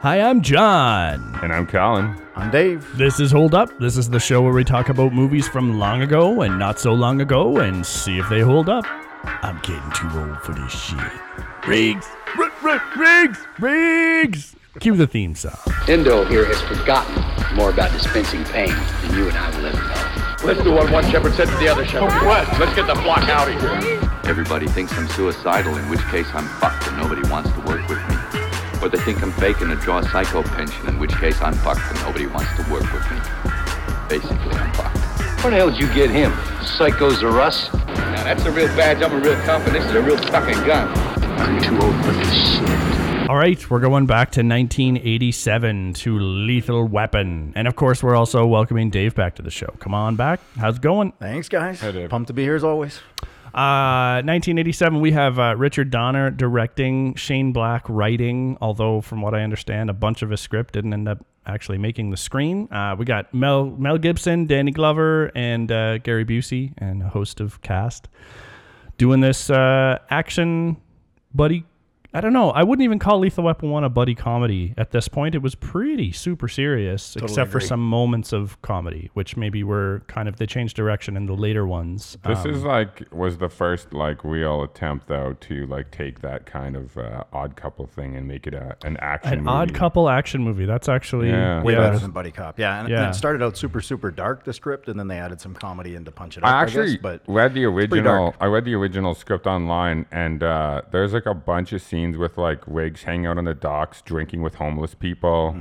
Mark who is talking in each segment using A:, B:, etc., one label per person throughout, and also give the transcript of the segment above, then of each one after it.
A: Hi, I'm John.
B: And I'm Colin.
C: I'm Dave.
A: This is Hold Up. This is the show where we talk about movies from long ago and not so long ago and see if they hold up. I'm getting too old for this shit. Riggs! R- R- Riggs! Riggs! Cue the theme song.
D: Endo here has forgotten more about dispensing pain than you and I will ever know. Let's do what one shepherd said to the other shepherd. What? Let's get the flock out of here.
E: Everybody thinks I'm suicidal, in which case I'm fucked and nobody wants to work with me. Or they think I'm faking a draw psycho pension, in which case I'm fucked and nobody wants to work with me. Basically, I'm fucked.
D: Where the hell did you get him? Psychos or us?
E: Now that's a real badge. I'm a real company. This is a real fucking gun.
D: I'm too old for this shit.
A: All right, we're going back to 1987 to Lethal Weapon. And of course, we're also welcoming Dave back to the show. Come on back. How's it going?
C: Thanks, guys.
B: Dave.
C: Pumped to be here as always.
A: Uh, 1987, we have uh, Richard Donner directing, Shane Black writing, although, from what I understand, a bunch of his script didn't end up actually making the screen. Uh, we got Mel, Mel Gibson, Danny Glover, and uh, Gary Busey, and a host of cast doing this uh, action buddy. I don't know. I wouldn't even call Lethal Weapon 1 a buddy comedy at this point. It was pretty super serious, except for
C: agree.
A: some moments of comedy, which maybe were kind of, they changed direction in the later ones.
B: This is like was the first like real attempt though to like take that kind of uh, odd couple thing and make it a, an action.
A: an odd
B: movie.
A: couple action movie. That's actually
B: Yeah.
C: Way
A: yeah.
C: better than Buddy Cop. Yeah and,
A: Yeah.
C: and it started out super, super dark, the script, and then they added some comedy in to punch it up.
B: I actually
C: guess, but
B: read the
C: pretty dark.
B: original. I read the original script online, and uh, there's like a bunch of scenes with like Riggs hanging out on the docks, drinking with homeless people,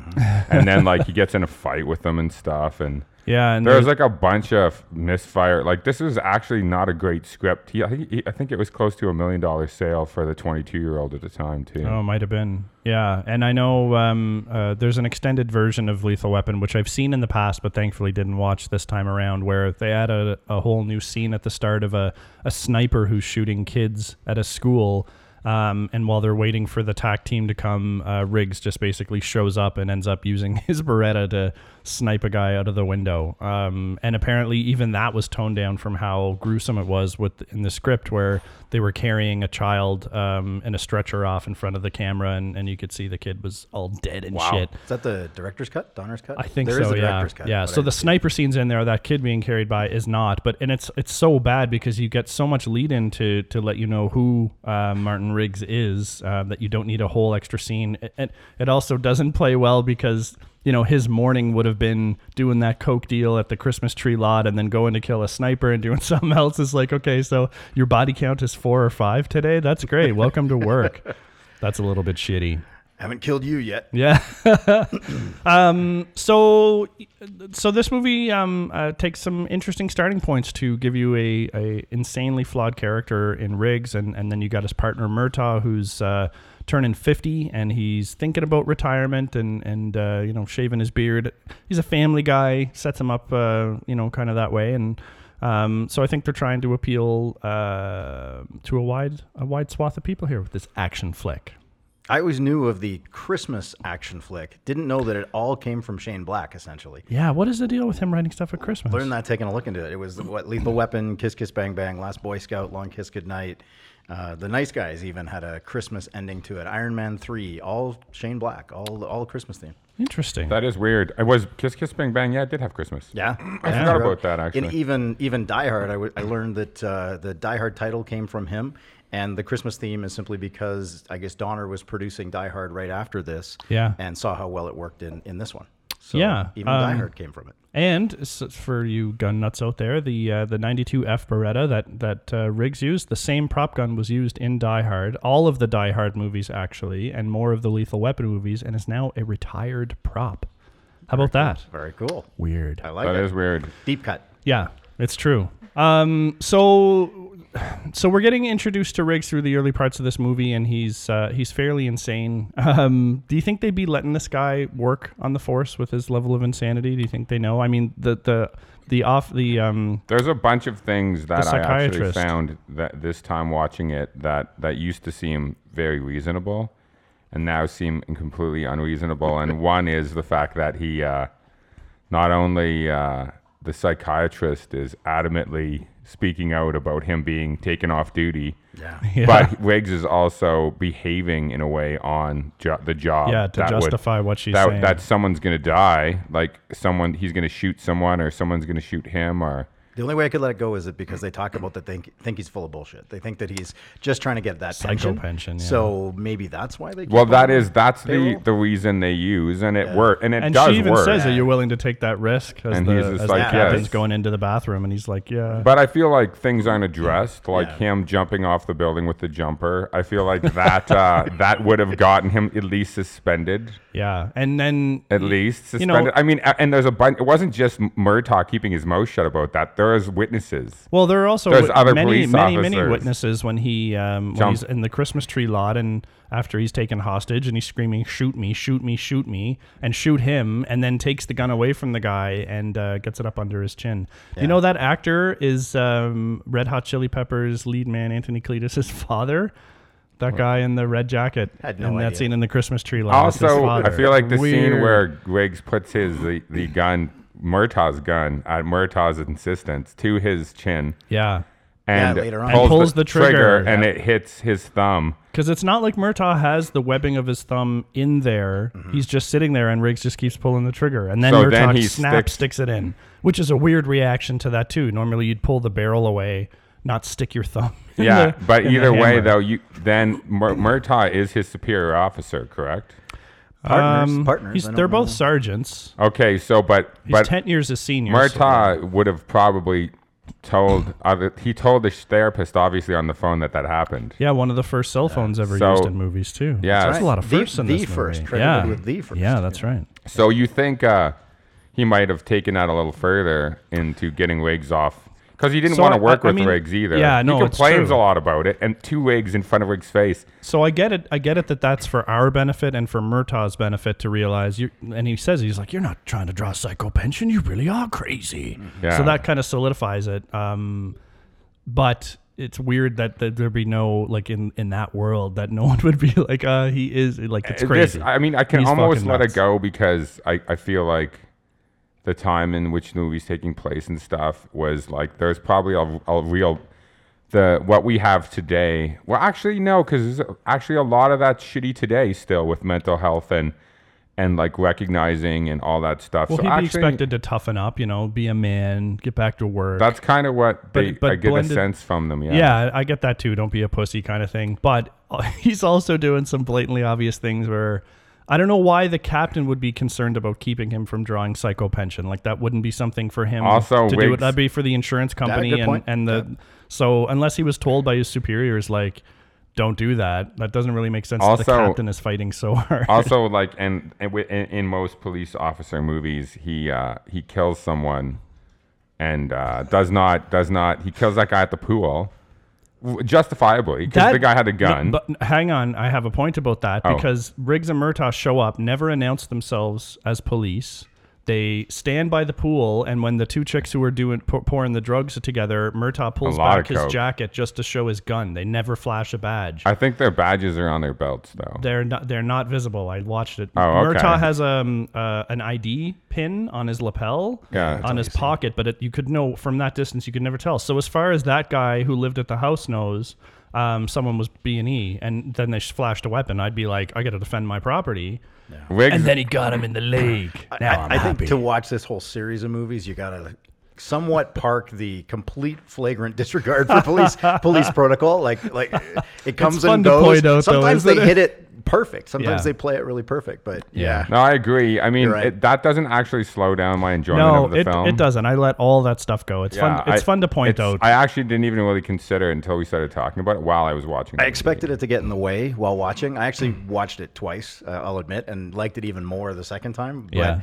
B: and then like he gets in a fight with them and stuff. And
A: Yeah, and
B: there's
A: there's-
B: like a bunch of misfire. Like this was actually not a great script. He, I, think, he, I think it was close to a million dollar sale for the 22 year old at the time too.
A: Oh, it might have been. Yeah, and I know um, uh, there's an extended version of Lethal Weapon, which I've seen in the past, but thankfully didn't watch this time around, where they add a, a whole new scene at the start of a, a sniper who's shooting kids at a school. Um, and while they're waiting for the TAC team to come, uh, Riggs just basically shows up and ends up using his Beretta to snipe a guy out of the window. Um, and apparently, even that was toned down from how gruesome it was with in the script, where they were carrying a child um, in a stretcher off in front of the camera, and, and you could see the kid was all dead and shit.
C: is that the director's cut? Donner's cut?
A: I think
C: There
A: so.
C: is a
A: yeah,
C: director's cut.
A: yeah.
C: but
A: So
C: I-
A: the sniper scenes in there, that kid being carried by is not, but and it's it's so bad because you get so much lead in to to let you know who uh, Martin Riggs is uh, that you don't need a whole extra scene. It- It, it also doesn't play well because you know his morning would have been doing that coke deal at the Christmas tree lot and then going to kill a sniper and doing something else. It's like okay, so your body count is four or five today. That's great. Welcome to work. That's a little bit shitty.
C: haven't killed you yet.
A: Yeah. um, so, so this movie um, uh, takes some interesting starting points to give you a, a insanely flawed character in Riggs, and, and then you got his partner Murtaugh, who's uh, turning fifty, and he's thinking about retirement, and and uh, you know shaving his beard. He's a family guy, sets him up, uh, you know, kind of that way, and. Um, so I think they're trying to appeal uh, to a wide a wide swath of people here with this action flick.
C: I always knew of the Christmas action flick. Didn't know that it all came from Shane Black, essentially.
A: Yeah, what is the deal with him writing stuff at Christmas?
C: Learned that taking a look into it. It was what Lethal Weapon, Kiss Kiss Bang Bang, Last Boy Scout, Long Kiss Goodnight. Uh, the Nice Guys even had a Christmas ending to it. Iron Man three, all Shane Black, all all Christmas theme.
A: Interesting.
B: That is weird. It was Kiss Kiss Bang Bang. Yeah, it did have Christmas.
C: Yeah,
B: I forgot about that actually.
C: And even even Die Hard, I, w- I learned that uh, the Die Hard title came from him, and the Christmas theme is simply because I guess Donner was producing Die Hard right after this,
A: Yeah.
C: and saw how well it worked in in this one. So
A: Yeah,
C: even Die
A: um,
C: Hard came from it.
A: and s- for you gun nuts out there, the uh, the 92F Beretta that that uh, Riggs used, the same prop gun was used in Die Hard, all of the Die Hard movies actually, and more of the Lethal Weapon movies, and is now a retired prop. How about that?
C: Very cool.
A: Weird.
C: I like
B: That
C: it.
B: is weird.
C: Deep cut.
A: Yeah, it's true. Um, so, so we're getting introduced to Riggs through the early parts of this movie, and he's uh, he's fairly insane. Um, do you think they'd be letting this guy work on the force with his level of insanity? Do you think they know? I mean, the the the off the um,
B: There's a bunch of things that I actually
A: psychiatrist.
B: found that this time watching it that that used to seem very reasonable, and now seem completely unreasonable. and one is the fact that he uh, not only uh, the psychiatrist is adamantly speaking out about him being taken off duty.
C: Yeah.
B: But Wiggs is also behaving in a way on jo- the job.
A: Yeah, to
B: that would-
A: justify what she's
B: that,
A: saying.
B: That someone's going to die. Like someone, he's going to shoot someone, or someone's going to shoot him, or
C: The only way I could let it go is that because they talk about that they think, think he's full of bullshit. They think that he's just trying to get that
A: Psycho
C: pension.
A: pension, yeah.
C: So maybe that's why they. keep
B: well, that
C: him.
B: is that's the
C: Payroll?
B: the reason they use, and it work, and it
A: and
B: does
A: she even
B: work.
A: says, "Are you willing to take that risk?" As
B: And
A: the,
B: he's just
A: as the
B: like, yeah,
A: captain's
B: it's-
A: going into the bathroom, and he's like, "Yeah."
B: But I feel like things aren't addressed, like
C: Yeah.
B: him jumping off the building with the jumper. I feel like that uh, that would have gotten him at least suspended.
A: yeah, and then
B: At least
A: You
B: suspended.
A: know-
B: I mean, a- and there's a bunch. It wasn't just Murtaugh keeping his mouth shut about that. There was witnesses.
A: Well, there are also
B: There's
A: wit-
B: other
A: many,
B: police
A: many, many
B: officers.
A: witnesses when he um, when
B: Jump.
A: he's in the Christmas tree lot and after he's taken hostage and he's screaming, "Shoot me! Shoot me! Shoot me!" and shoot him, and then takes the gun away from the guy and uh, gets it up under his chin. You know that actor is um, Red Hot Chili Peppers lead man Anthony Cletus's father. That guy in the red jacket
C: Had no
A: in that
C: idea.
A: scene in the Christmas tree lot. is his
B: Also, I
A: father.
B: feel like the
A: Weird.
B: scene where Wiggs puts his the, the gun, Murtaugh's gun, at Murtaugh's insistence, to his chin.
A: yeah.
B: And,
C: Yeah, later on.
A: And pulls the trigger.
B: and it hits his thumb.
A: Because it's not like Murtaugh has the webbing of his thumb in there. He's just sitting there, and Riggs just keeps pulling the trigger, and then
B: Mm-hmm. So
A: Murtaugh
B: then he
A: snaps,
B: sticks-
A: sticks it in, which is a weird reaction to that too. Normally, you'd pull the barrel away, not stick your thumb. in
B: Yeah,
A: the-
B: but
A: in the
B: either way,
A: hammer.
B: though, you then Mur- Murtaugh is his superior officer, correct?
C: partners.
A: Um,
C: partners.
A: he's-
C: I don't
A: they're both
C: know.
A: sergeants.
B: Okay, so but
A: He's
B: but
A: ten years his senior. so-
B: Murtaugh would have probably told other, he told the therapist obviously on the phone that that happened.
A: yeah, one of the first cell phones ever
B: So-
A: used in movies too.
B: Yeah.
A: that's a lot of
C: The-
A: firsts in
C: the
A: this movie.
C: first, credited
A: yeah,
C: with the first,
A: Yeah, that's right.
B: So you think uh, he might have taken that a little further into getting Wiggs off because he didn't
A: So
B: want
A: I-
B: to work
A: I
B: with
A: mean,
B: Wiggs either.
A: yeah, no,
B: he
A: it's
B: complains
A: true.
B: a lot about it, and two Wiggs in front of Wiggs' face.
A: So I get it. I get it that that's for our benefit and for Murtaugh's benefit to realize. You and he says he's like, you're not trying to draw psycho pension. You really are crazy.
B: Yeah.
A: So that kind of solidifies it. Um, but it's weird that, that there'd be no like in in that world that no one would be like, uh, he is like it's
B: This-
A: crazy.
B: I mean, I can
A: He's
B: almost
A: fucking
B: let
A: nuts.
B: it go because I, I feel like the time in which the movie's taking place and stuff was like there's probably a, a real the what we have today. Well, actually no, because there's actually a lot of that shitty today still with mental health and and like recognizing and all that stuff.
A: Well,
B: so
A: he'd
B: actually,
A: be expected to toughen up, you know, be a man, get back to work.
B: that's kind of what
A: But-
B: they
A: but
B: I get
A: blended-
B: a sense from them. Yeah.
A: Yeah, I get that too. Don't be a pussy kind of thing. But uh, he's also doing some blatantly obvious things where I don't know why the captain would be concerned about keeping him from drawing psycho pension. Like that wouldn't be something for him
B: Also,
A: to do.
B: Wiggs-
A: That'd be for the insurance company
C: good
A: and,
C: point.
A: and the so unless he was told by his superiors like don't do that. That doesn't really make sense. that the
B: Also-
A: captain is fighting so hard.
B: also like and, and wi- in, in most police officer movies he uh he kills someone and uh does not does not he kills that guy at the pool w- justifiably because
A: That-
B: the guy had a
A: no,
B: gun
A: but hang on, I have a point about that
B: Oh.
A: because Riggs and Murtaugh show up, never announce themselves as police. They stand by the pool, and when the two chicks who were doing pour, pouring the drugs together, Murtaugh pulls
B: lot
A: back
B: of
A: his
B: coke.
A: jacket just to show his gun. They never flash a badge.
B: i think their badges are on their belts though
A: they're not. They're not visible. I watched it.
B: Oh, okay.
A: Murtaugh has um uh, an ID pin on his lapel,
B: Yeah, that's
A: on his pocket, but it, you could know from that distance. You could never tell. So as far as that guy who lived at the house knows, um, someone was B and E, and then they flashed a weapon. I'd be like, I got to defend my property.
B: Wiggs,
A: And then he got him in the leg. Now I'm
C: I
A: happy.
C: think to watch this whole series of movies, you gotta somewhat park the complete flagrant disregard for police police protocol. Like like it comes
A: fun
C: and
A: to
C: goes.
A: point out, though,
C: Sometimes
A: isn't
C: they
A: it?
C: hit it perfect. Sometimes
A: Yeah.
C: they play it really perfect. But yeah,
B: no i agree i mean
C: You're right.
B: it, that doesn't actually slow down my enjoyment
A: no,
B: of the
A: it,
B: film
A: it doesn't. I let all that stuff go. It's
B: Yeah,
A: fun. It's
B: I-
A: fun to point
B: it's-
A: out.
B: I actually didn't even really consider it until we started talking about it while I was watching.
C: I expected it to get in the way while watching. I actually watched it twice. Uh, I'll admit, and liked it even more the second time. But
A: Yeah.
C: yeah,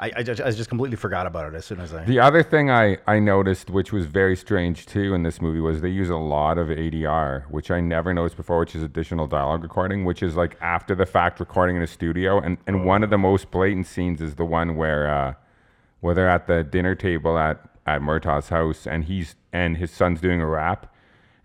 C: I, I just I just completely forgot about it as soon as I.
B: The other thing I, I noticed, which was very strange too in this movie, was they use a lot of ADR, which I never noticed before, which is additional dialogue recording, which is like after the fact recording in a studio. And, and one of the most blatant scenes is the one where uh, where they're at the dinner table at, at Murtaugh's house and he's and his son's doing a rap.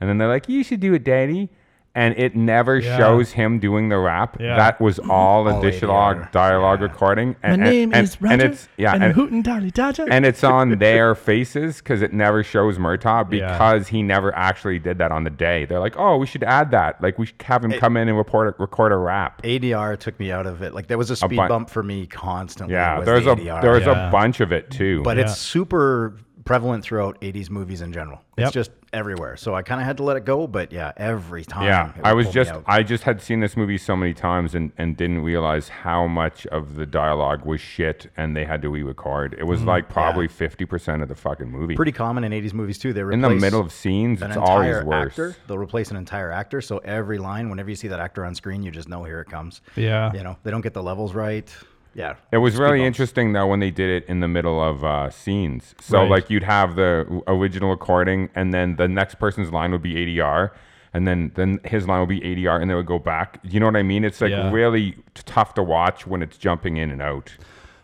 B: And then they're like, You should do it, Daddy. and it never
A: Yeah.
B: shows him doing the rap.
A: Yeah.
B: That was all a
C: All
B: dialogue
C: ADR.
B: dialogue
C: Yeah.
B: recording. And, and- and- And it's, yeah, and,
A: hootin' dolly Dodger.
B: and it's on their faces because it never shows Murtaugh
A: Yeah.
B: because he never actually did that on the day. They're like, oh, we should add that. Like we should have him come in and report a, record a rap.
C: ADR took me out of it. Like there was a speed
B: bun-
C: bump for me constantly.
B: Yeah,
C: was
B: there's
C: the
B: a
C: ADR.
B: there's
A: Yeah.
B: a bunch of it too.
C: but
A: Yeah.
C: it's super prevalent throughout 80s movies in general.
A: Yep.
C: It's just everywhere. So I kind of had to let it go, but yeah, every time.
B: yeah,
C: it would
B: I was
C: pull me
B: just
C: out.
B: I just had seen this movie so many times and, and didn't realize how much of the dialogue was shit and they had to re-record. It was like probably fifty percent of the fucking movie.
C: Mm-hmm. pretty common in 80s movies too. They replace
B: in the middle of scenes,
C: an
B: it's
C: entire
B: always worse.
C: actor. They'll replace an entire actor. So every line, whenever you see that actor on screen, you just know here it comes.
A: Yeah.
C: You know, they don't get the levels right. Yeah.
B: It was really interesting though when they did it in the middle of uh, scenes. So
A: Right.
B: like you'd have the original recording, and then the next person's line would be ADR, and then then his line would be ADR, and they would go back. You know what I mean? It's like
A: Yeah.
B: really t- tough to watch when it's jumping in and out.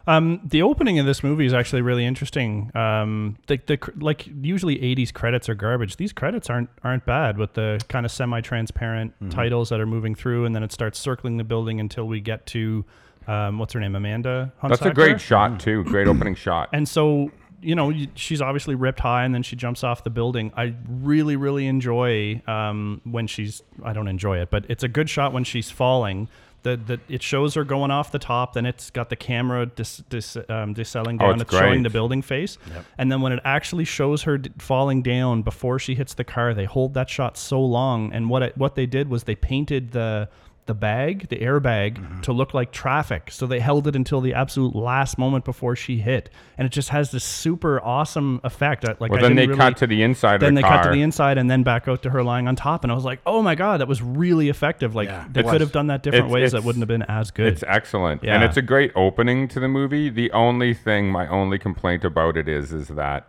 A: the opening of this movie is actually really interesting. Um, the, the cr- like usually '80s credits are garbage. These credits aren't aren't bad with the kind of semi-transparent
B: Mm-hmm.
A: titles that are moving through, and then it starts circling the building until we get to um, what's her name, Amanda.
B: That's a
A: Hunsaker?
B: great shot too. Great opening shot.
A: And so, you know, you- she's obviously ripped high and then she jumps off the building. I really, really enjoy um, when she's, I don't enjoy it, but it's a good shot when she's falling. The, the, it shows her going off the top, then it's got the camera dis, dis, um, decelling down.
B: Oh, it's
A: showing
B: great.
A: the building face. And then when it actually shows her d- falling down before she hits the car, they hold that shot so long. And what it, what they did was they painted the the bag, the airbag,
B: Mm-hmm.
A: to look like traffic. So they held it until the absolute last moment before she hit, and it just has this super awesome effect. I- Like
B: well,
A: I
B: then
A: didn't
B: they
A: really-
B: cut to the inside
A: Then
B: of the
A: they
B: car.
A: cut to the inside and then back out to her lying on top, and I was like, "Oh my god, that was really effective! Like
C: Yeah,
A: they
C: it
A: could
C: was.
A: have done that different
B: It's-
A: ways. that
B: it's-
A: wouldn't have been as good."
B: It's excellent, and
A: Yeah.
B: it's a great opening to the movie. The only thing, my only complaint about it is, is that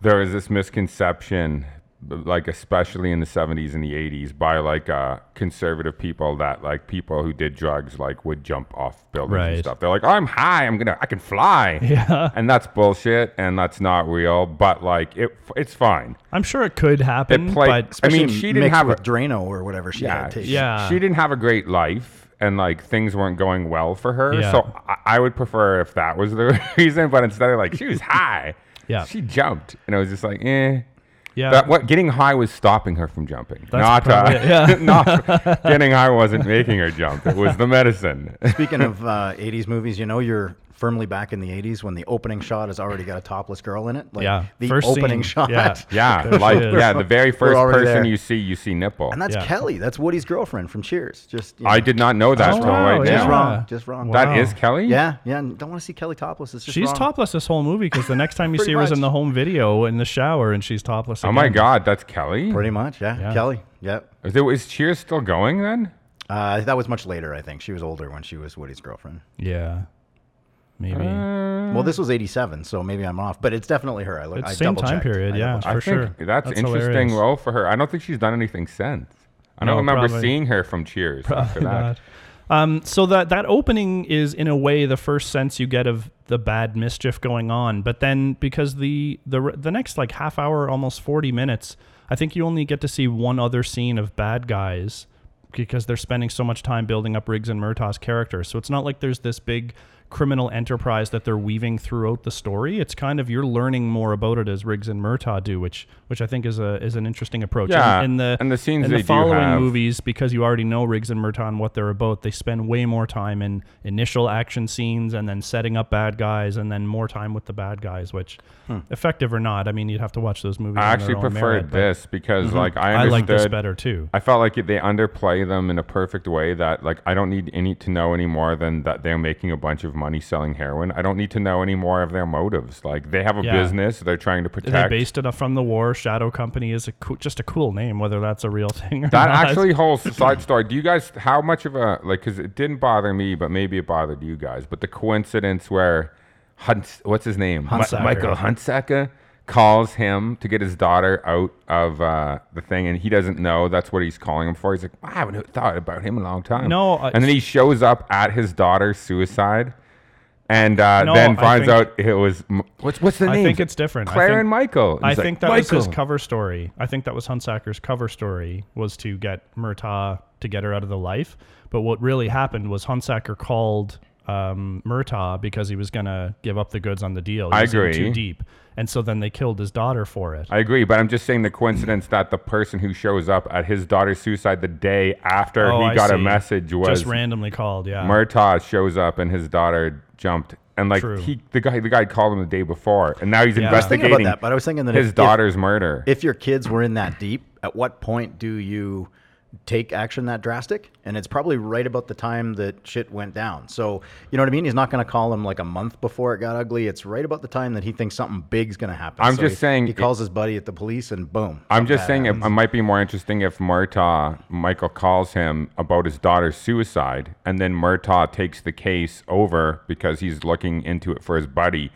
B: there is this misconception, b- like especially in the '70s and the '80s, by like uh, conservative people that like people who did drugs like would jump off buildings
A: Right.
B: and stuff. They're like, "I'm high, I'm gonna, I can fly," yeah, and that's bullshit, and that's not real. But like, it, it's fine.
A: I'm sure it could happen,
B: It played.
A: but
B: I mean,
C: Especially
B: she didn't
C: mixed
B: have a
C: with Drano or whatever she had taken.
A: yeah.
B: she didn't have a great life and like things weren't going well for her.
A: Yeah.
B: So I, I would prefer if that was the reason, but instead of like she was high.
A: Yeah.
B: She jumped. And I was just like, eh.
A: yeah,
B: That, what getting high was stopping her from jumping. not
A: probably
B: uh,
A: it, yeah.
B: not getting high wasn't making her jump. It was the medicine.
C: Speaking of uh, 80s movies, you know you're firmly back in the 80s when the opening shot has already got a topless girl in it. Like
A: Yeah,
C: the
A: first
C: opening
A: scene,
C: shot.
A: yeah.
B: yeah, like
A: is.
B: yeah, the very first
C: already
B: person
C: there.
B: you see, you see nipple.
C: And that's
A: Yeah.
C: Kelly. That's Woody's girlfriend from Cheers. Just you know,
B: I did not know that
A: Oh,
B: till
A: wow,
B: right
A: yeah.
C: just
B: now.
C: wrong. Just wrong.
A: That
B: That
A: Wow.
B: is Kelly.
C: yeah, yeah. and Don't want to see Kelly topless. It's just
A: She's
C: wrong.
A: topless this whole movie because the next time you see her is in
C: much.
A: the home video in the shower and she's topless.
B: Oh my
A: again.
B: God, that's Kelly.
C: Pretty much, yeah.
A: Yeah.
C: Kelly. Yep.
B: Is, it, is Cheers still going then?
C: Uh, that was much later, I think. She was older when she was Woody's girlfriend.
A: Yeah, maybe
C: Well, this was '87, so maybe I'm off, but it's definitely her. I look.
A: it's
C: I
A: same time
C: double-checked.
A: period.
C: I
A: Yeah,
C: double-checked.
A: for sure.
B: That's, interesting
A: hilarious.
B: role for her. I don't think she's done anything since. I
A: No,
B: don't remember
A: probably-
B: seeing her from Cheers after that.
A: God. Um, so that that opening is in a way the first sense you get of the bad mischief going on, but then because the the the next like half hour, almost forty minutes, I think you only get to see one other scene of bad guys because they're spending so much time building up Riggs and Murtaugh's character. So it's not like there's this big criminal enterprise that they're weaving throughout the story. It's kind of you're learning more about it as Riggs and Murtaugh do, which which I think is a is an interesting approach.
B: Yeah,
A: and, the
B: and the scenes
A: and the
B: they do
A: following
B: have-
A: movies because you already know Riggs and Murtaugh and what they're about. They spend way more time in initial action scenes and then setting up bad guys and then more time with the bad guys, which effective or not, I mean you'd have to watch those movies.
B: Hmm. I
A: on
B: actually
A: their own
B: preferred
A: merit, but Mm-hmm.
B: this because, like, I
A: I
B: understood.
A: like this better too.
B: I felt like they underplay them in a perfect way that, like, I don't need any to know any more than that they're making a bunch of money selling heroin. I don't need to know any more of their motives. Like, they have a
A: Yeah.
B: business they're trying to
A: They
B: protect.
A: based it off from the war. Shadow Company is a coo- just a cool name, whether that's a real thing or
B: that
A: not.
B: actually whole side story do you guys how much of a like because it didn't bother me but maybe it bothered you guys but the coincidence where Hunts, what's his name Mi-
C: Huntsacker.
B: michael huntsacker calls him to get his daughter out of uh, the thing and he doesn't know that's what he's calling him for he's like i haven't thought about him in a long time
A: No, I-
B: and then he shows up at his daughter's suicide and uh,
A: No, I
B: then finds
A: think-
B: out it was M- what's what's the
A: I
B: name?
A: think it's different. I
B: Claire
A: think-
B: and Michael. And
A: I
B: he's like,
A: think that was his
B: "Michael."
A: cover story. I think that was Hunsaker's cover story was to get Murtaugh to get her out of the life. But what really happened was Hunsaker called um, Murtaugh because he was gonna give up the goods on the deal. He
B: I
A: was in
B: agree.
A: Too deep, and so then they killed his daughter for it.
B: I agree, but I'm just saying the coincidence that the person who shows up at his daughter's suicide the day after
A: Oh,
B: he
A: I
B: got a
A: see.
B: message was
A: just randomly called. Yeah,
B: Murtaugh shows up and his daughter jumped. And like
A: True.
B: he, the guy, the guy called him the day before, and now he's
A: Yeah. I was
C: thinking about
B: investigating
C: that, but I was thinking that
B: his
C: if- if-
B: daughter's murder.
C: if your kids were in that deep, at what point do you take action that drastic? And it's probably right about the time that shit went down. So, you know what I mean? He's not going to call him like a month before it got ugly. It's right about the time that he thinks something big's going to happen.
B: I'm
C: So
B: just
C: he-
B: saying
C: He
B: it-
C: calls his buddy at the police and boom.
B: I'm just saying it, it might be more interesting if Murtaugh, Michael calls him about his daughter's suicide, and then Murtaugh takes the case over because he's looking into it for his buddy,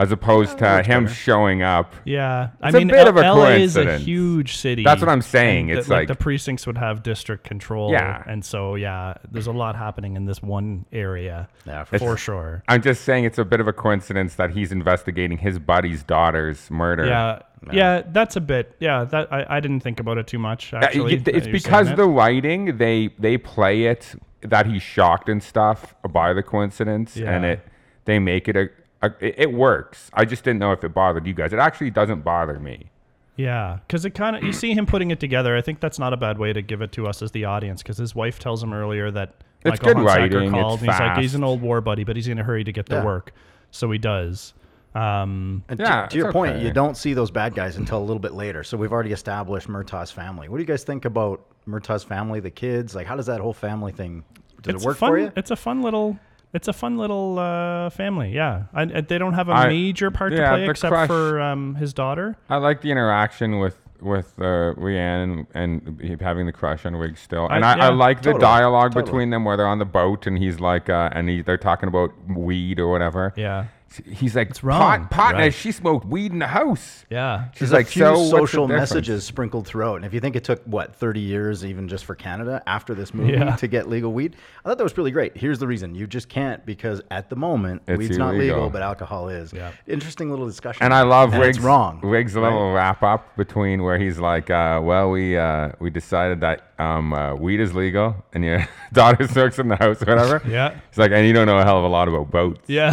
B: as
C: Oh,
B: opposed to him showing up.
A: Yeah,
B: It's
A: I
B: a
A: mean,
B: bit of a
A: L- LA is a
B: coincidence.
A: huge city.
B: That's what I'm saying.
A: and that,
B: It's like-
A: the precincts would have district control.
B: Yeah.
A: and so yeah, there's a lot happening in this one area.
C: Yeah, for
A: for,
C: sure.
A: sure.
B: I'm just saying it's a bit of a coincidence that he's investigating his buddy's daughter's murder. Uh,
A: Yeah, yeah, that's a bit. Yeah, that I, I didn't think about it too much.
B: Uh,
A: Actually,
B: it-
A: that
B: it's
A: you're saying
B: because
A: it.
B: the writing they they play it that he's shocked and stuff by the coincidence, and
A: Yeah.
B: it they make it a, a it it works. I just didn't know if it bothered you guys. It actually doesn't bother me.
A: Yeah, because it kind of you see him putting it together. I think that's not a bad way to give it to us as the audience. Because his wife tells him earlier that
B: It's
A: Michael
B: good
A: Hunsaker
B: writing, it's
A: called, and he's like he's an
B: fast.
A: old war buddy, but he's in a hurry to get to
C: Yeah.
A: work, so he does. Um,
C: And
B: Yeah,
C: to, to your
B: it's
C: point,
B: okay.
C: you don't see those bad guys until a little bit later. So we've already established Murtaugh's family. What do you guys think about Murtaugh's family, the kids? Like, how does that whole family thing? Did
A: it's
C: it
A: a
C: work
A: fun,
C: for you?
A: It's a fun little. It's a fun little uh, family. Yeah, I, I- they don't have a
B: I-
A: major part
B: yeah,
A: to play
B: the
A: except
B: crush-
A: for um, his daughter.
B: I like the interaction with with uh, Leanne and, and having the crush on Wig still, and I, I,
A: yeah,
B: like the
C: totally,
B: dialogue
C: totally.
B: between them where they're on the boat and he's like, uh, and he, they're talking about weed or whatever.
A: Yeah,
B: he's like,
A: wrong?"
B: Pot, partner,
A: Right.
B: she smoked weed in the house.
A: yeah.
B: She's
C: There's
B: like,
C: a few
B: so what's the
C: social
B: difference?"
C: messages sprinkled throughout. And if you think it took what 30 years, even just for Canada after this movie
A: Yeah.
C: to get legal weed, I thought that was really great. Here's the reason: you just can't because at the moment
B: It's
C: weed's not legal,
B: illegal.
C: but alcohol is.
A: Yeah.
C: Interesting little discussion.
B: And I love
C: And
B: Riggs.
C: It's wrong.
B: Riggs' little wrap up between where he's like, uh, "Well, we uh, we decided that um, uh, weed is legal, and your daughter smokes in the house, or whatever."
A: Yeah.
B: He's like, "And you don't know a hell of a lot about boats."
A: Yeah,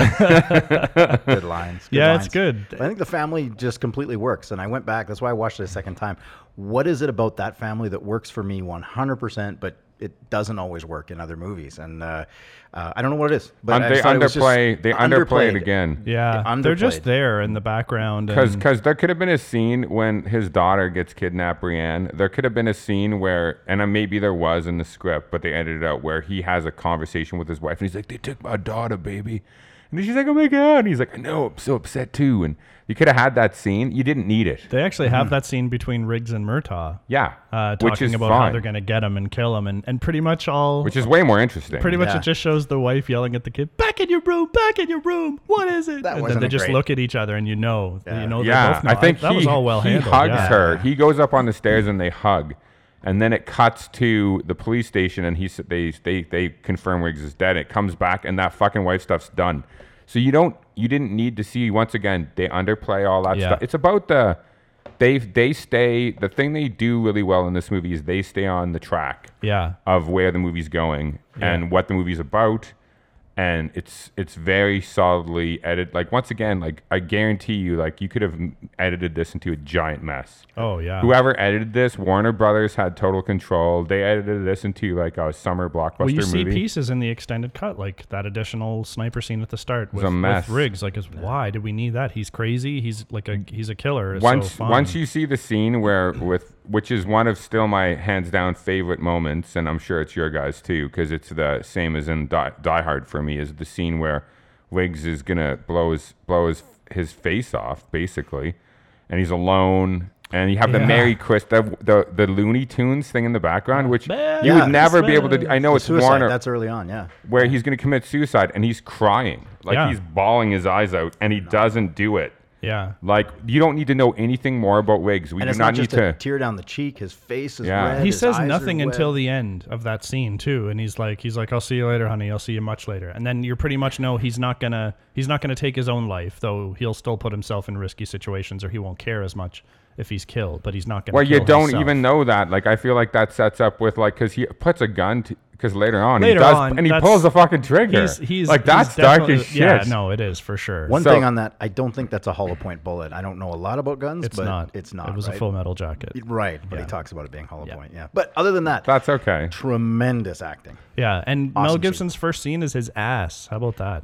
C: good lines. Good
A: Yeah,
C: lines.
A: it's good.
C: But I think the family just completely works. And I went back. That's why I watched it a second time. What is it about that family that works for me 100%, but it doesn't always work in other movies? And uh, uh, I don't know what it is. But
B: And
C: I
B: they
C: just thought it was just
B: underplay. They underplay it again.
A: yeah. They're just
C: underplayed.
A: there in the background.
B: Because
A: and-
B: there could have been a scene when his daughter gets kidnapped, Brienne. There could have been a scene where, and uh, maybe there was in the script, but they edited it out where he has a conversation with his wife, and he's like, "They took my daughter, baby," and she's like, "Oh my god!" And he's like, "I know, I'm so upset too." And you could have had that scene. You didn't need it.
A: they actually have that scene between Riggs and Murtaugh.
B: Hmm. Yeah,
A: uh, talking
B: which is
A: about how
B: fine,
A: they're going to get him and kill him, and, and pretty much all.
B: which is way more interesting.
A: pretty much
C: Yeah.
A: it just shows the wife yelling at the kid, "Back in your room! Back in your room! What is it?"
C: That
A: and then
C: wasn't
A: they
C: a
A: just
C: great-
A: look at each other, and you know, you know, they
B: yeah,
A: both know.
B: I think
A: that
B: he,
A: was all well
B: he
A: handled.
B: hugs
A: yeah.
B: her. He goes up on the stairs and they hug, and then it cuts to the police station and he s- they they they confirm Riggs is dead. It comes back and that fucking wife stuff's done. So you don't you didn't need to see once again they underplay all that
A: Yeah.
B: stuff. It's about the they they stay the thing they do really well in this movie is they stay on the track
A: Yeah,
B: of where the movie's going
A: Yeah.
B: and what the movie's about and it's it's very solidly edited like once again like i guarantee you like you could have m- edited this into a giant mess
A: Oh yeah.
B: whoever edited this warner brothers had total control they edited this into like a summer blockbuster
A: well, you see
B: movie
A: pieces in the extended cut, like that additional sniper scene at the start with,
B: a
A: with
B: mess.
A: Riggs. Like, is why did we need that? He's crazy. He's like a he's a killer. It's so
B: once
A: fun.
B: once you see the scene where with which is one of still my hands down favorite moments, and I'm sure it's your guys too, because it's the same as in Die, Die Hard for me is the scene where Wiggs is gonna blow his blow his his face off basically, and he's alone. And you have the
A: Yeah.
B: Merry Chris, the, the the Looney Tunes thing in the background, which you
A: Merry
B: would never be able to. do. I know it's
C: Suicide,
B: Warner,
C: that's early on, yeah.
B: where he's going to commit suicide, and he's crying, like
A: Yeah.
B: he's bawling his eyes out, and he doesn't do it.
A: Yeah.
B: Like you don't need to know anything more about Riggs. We
C: And
B: do
C: it's
B: not,
C: not,
B: need
C: just
B: to.
C: a tear down the cheek. His face is
B: Yeah.
C: red.
B: And
A: He
C: his
A: says
C: eyes are
A: nothing
C: wet.
A: until the end of that scene too, and he's like, he's like, "I'll see you later, honey. I'll see you much later." And then you're pretty much know he's not gonna, he's not gonna take his own life, though he'll still put himself in risky situations, or he won't care as much if he's killed. But he's not gonna.
B: well, you
A: kill
B: don't
A: himself.
B: even know that. Like I feel like that sets up with like because he puts a gun because later on
A: Later
B: he does
A: on,
B: and he
A: that's-
B: pulls the fucking trigger.
A: He's, he's
B: like
A: he's
B: that's dark as
A: definitely-
B: shit.
A: Yeah, no, it is for sure.
C: One
B: So-
C: thing on that, I don't think that's a hollow point bullet. I don't know a lot about guns,
A: it's
C: but
A: not.
C: it's not.
A: It was
C: right?
A: a Full Metal Jacket.
C: Right, but
A: Yeah.
C: he talks about it being hollow
A: Yeah.
C: point. Yeah, but other than that,
B: That's okay.
C: tremendous acting.
A: Yeah, and Mel
C: Awesome
A: Gibson's first scene is his ass. How about that?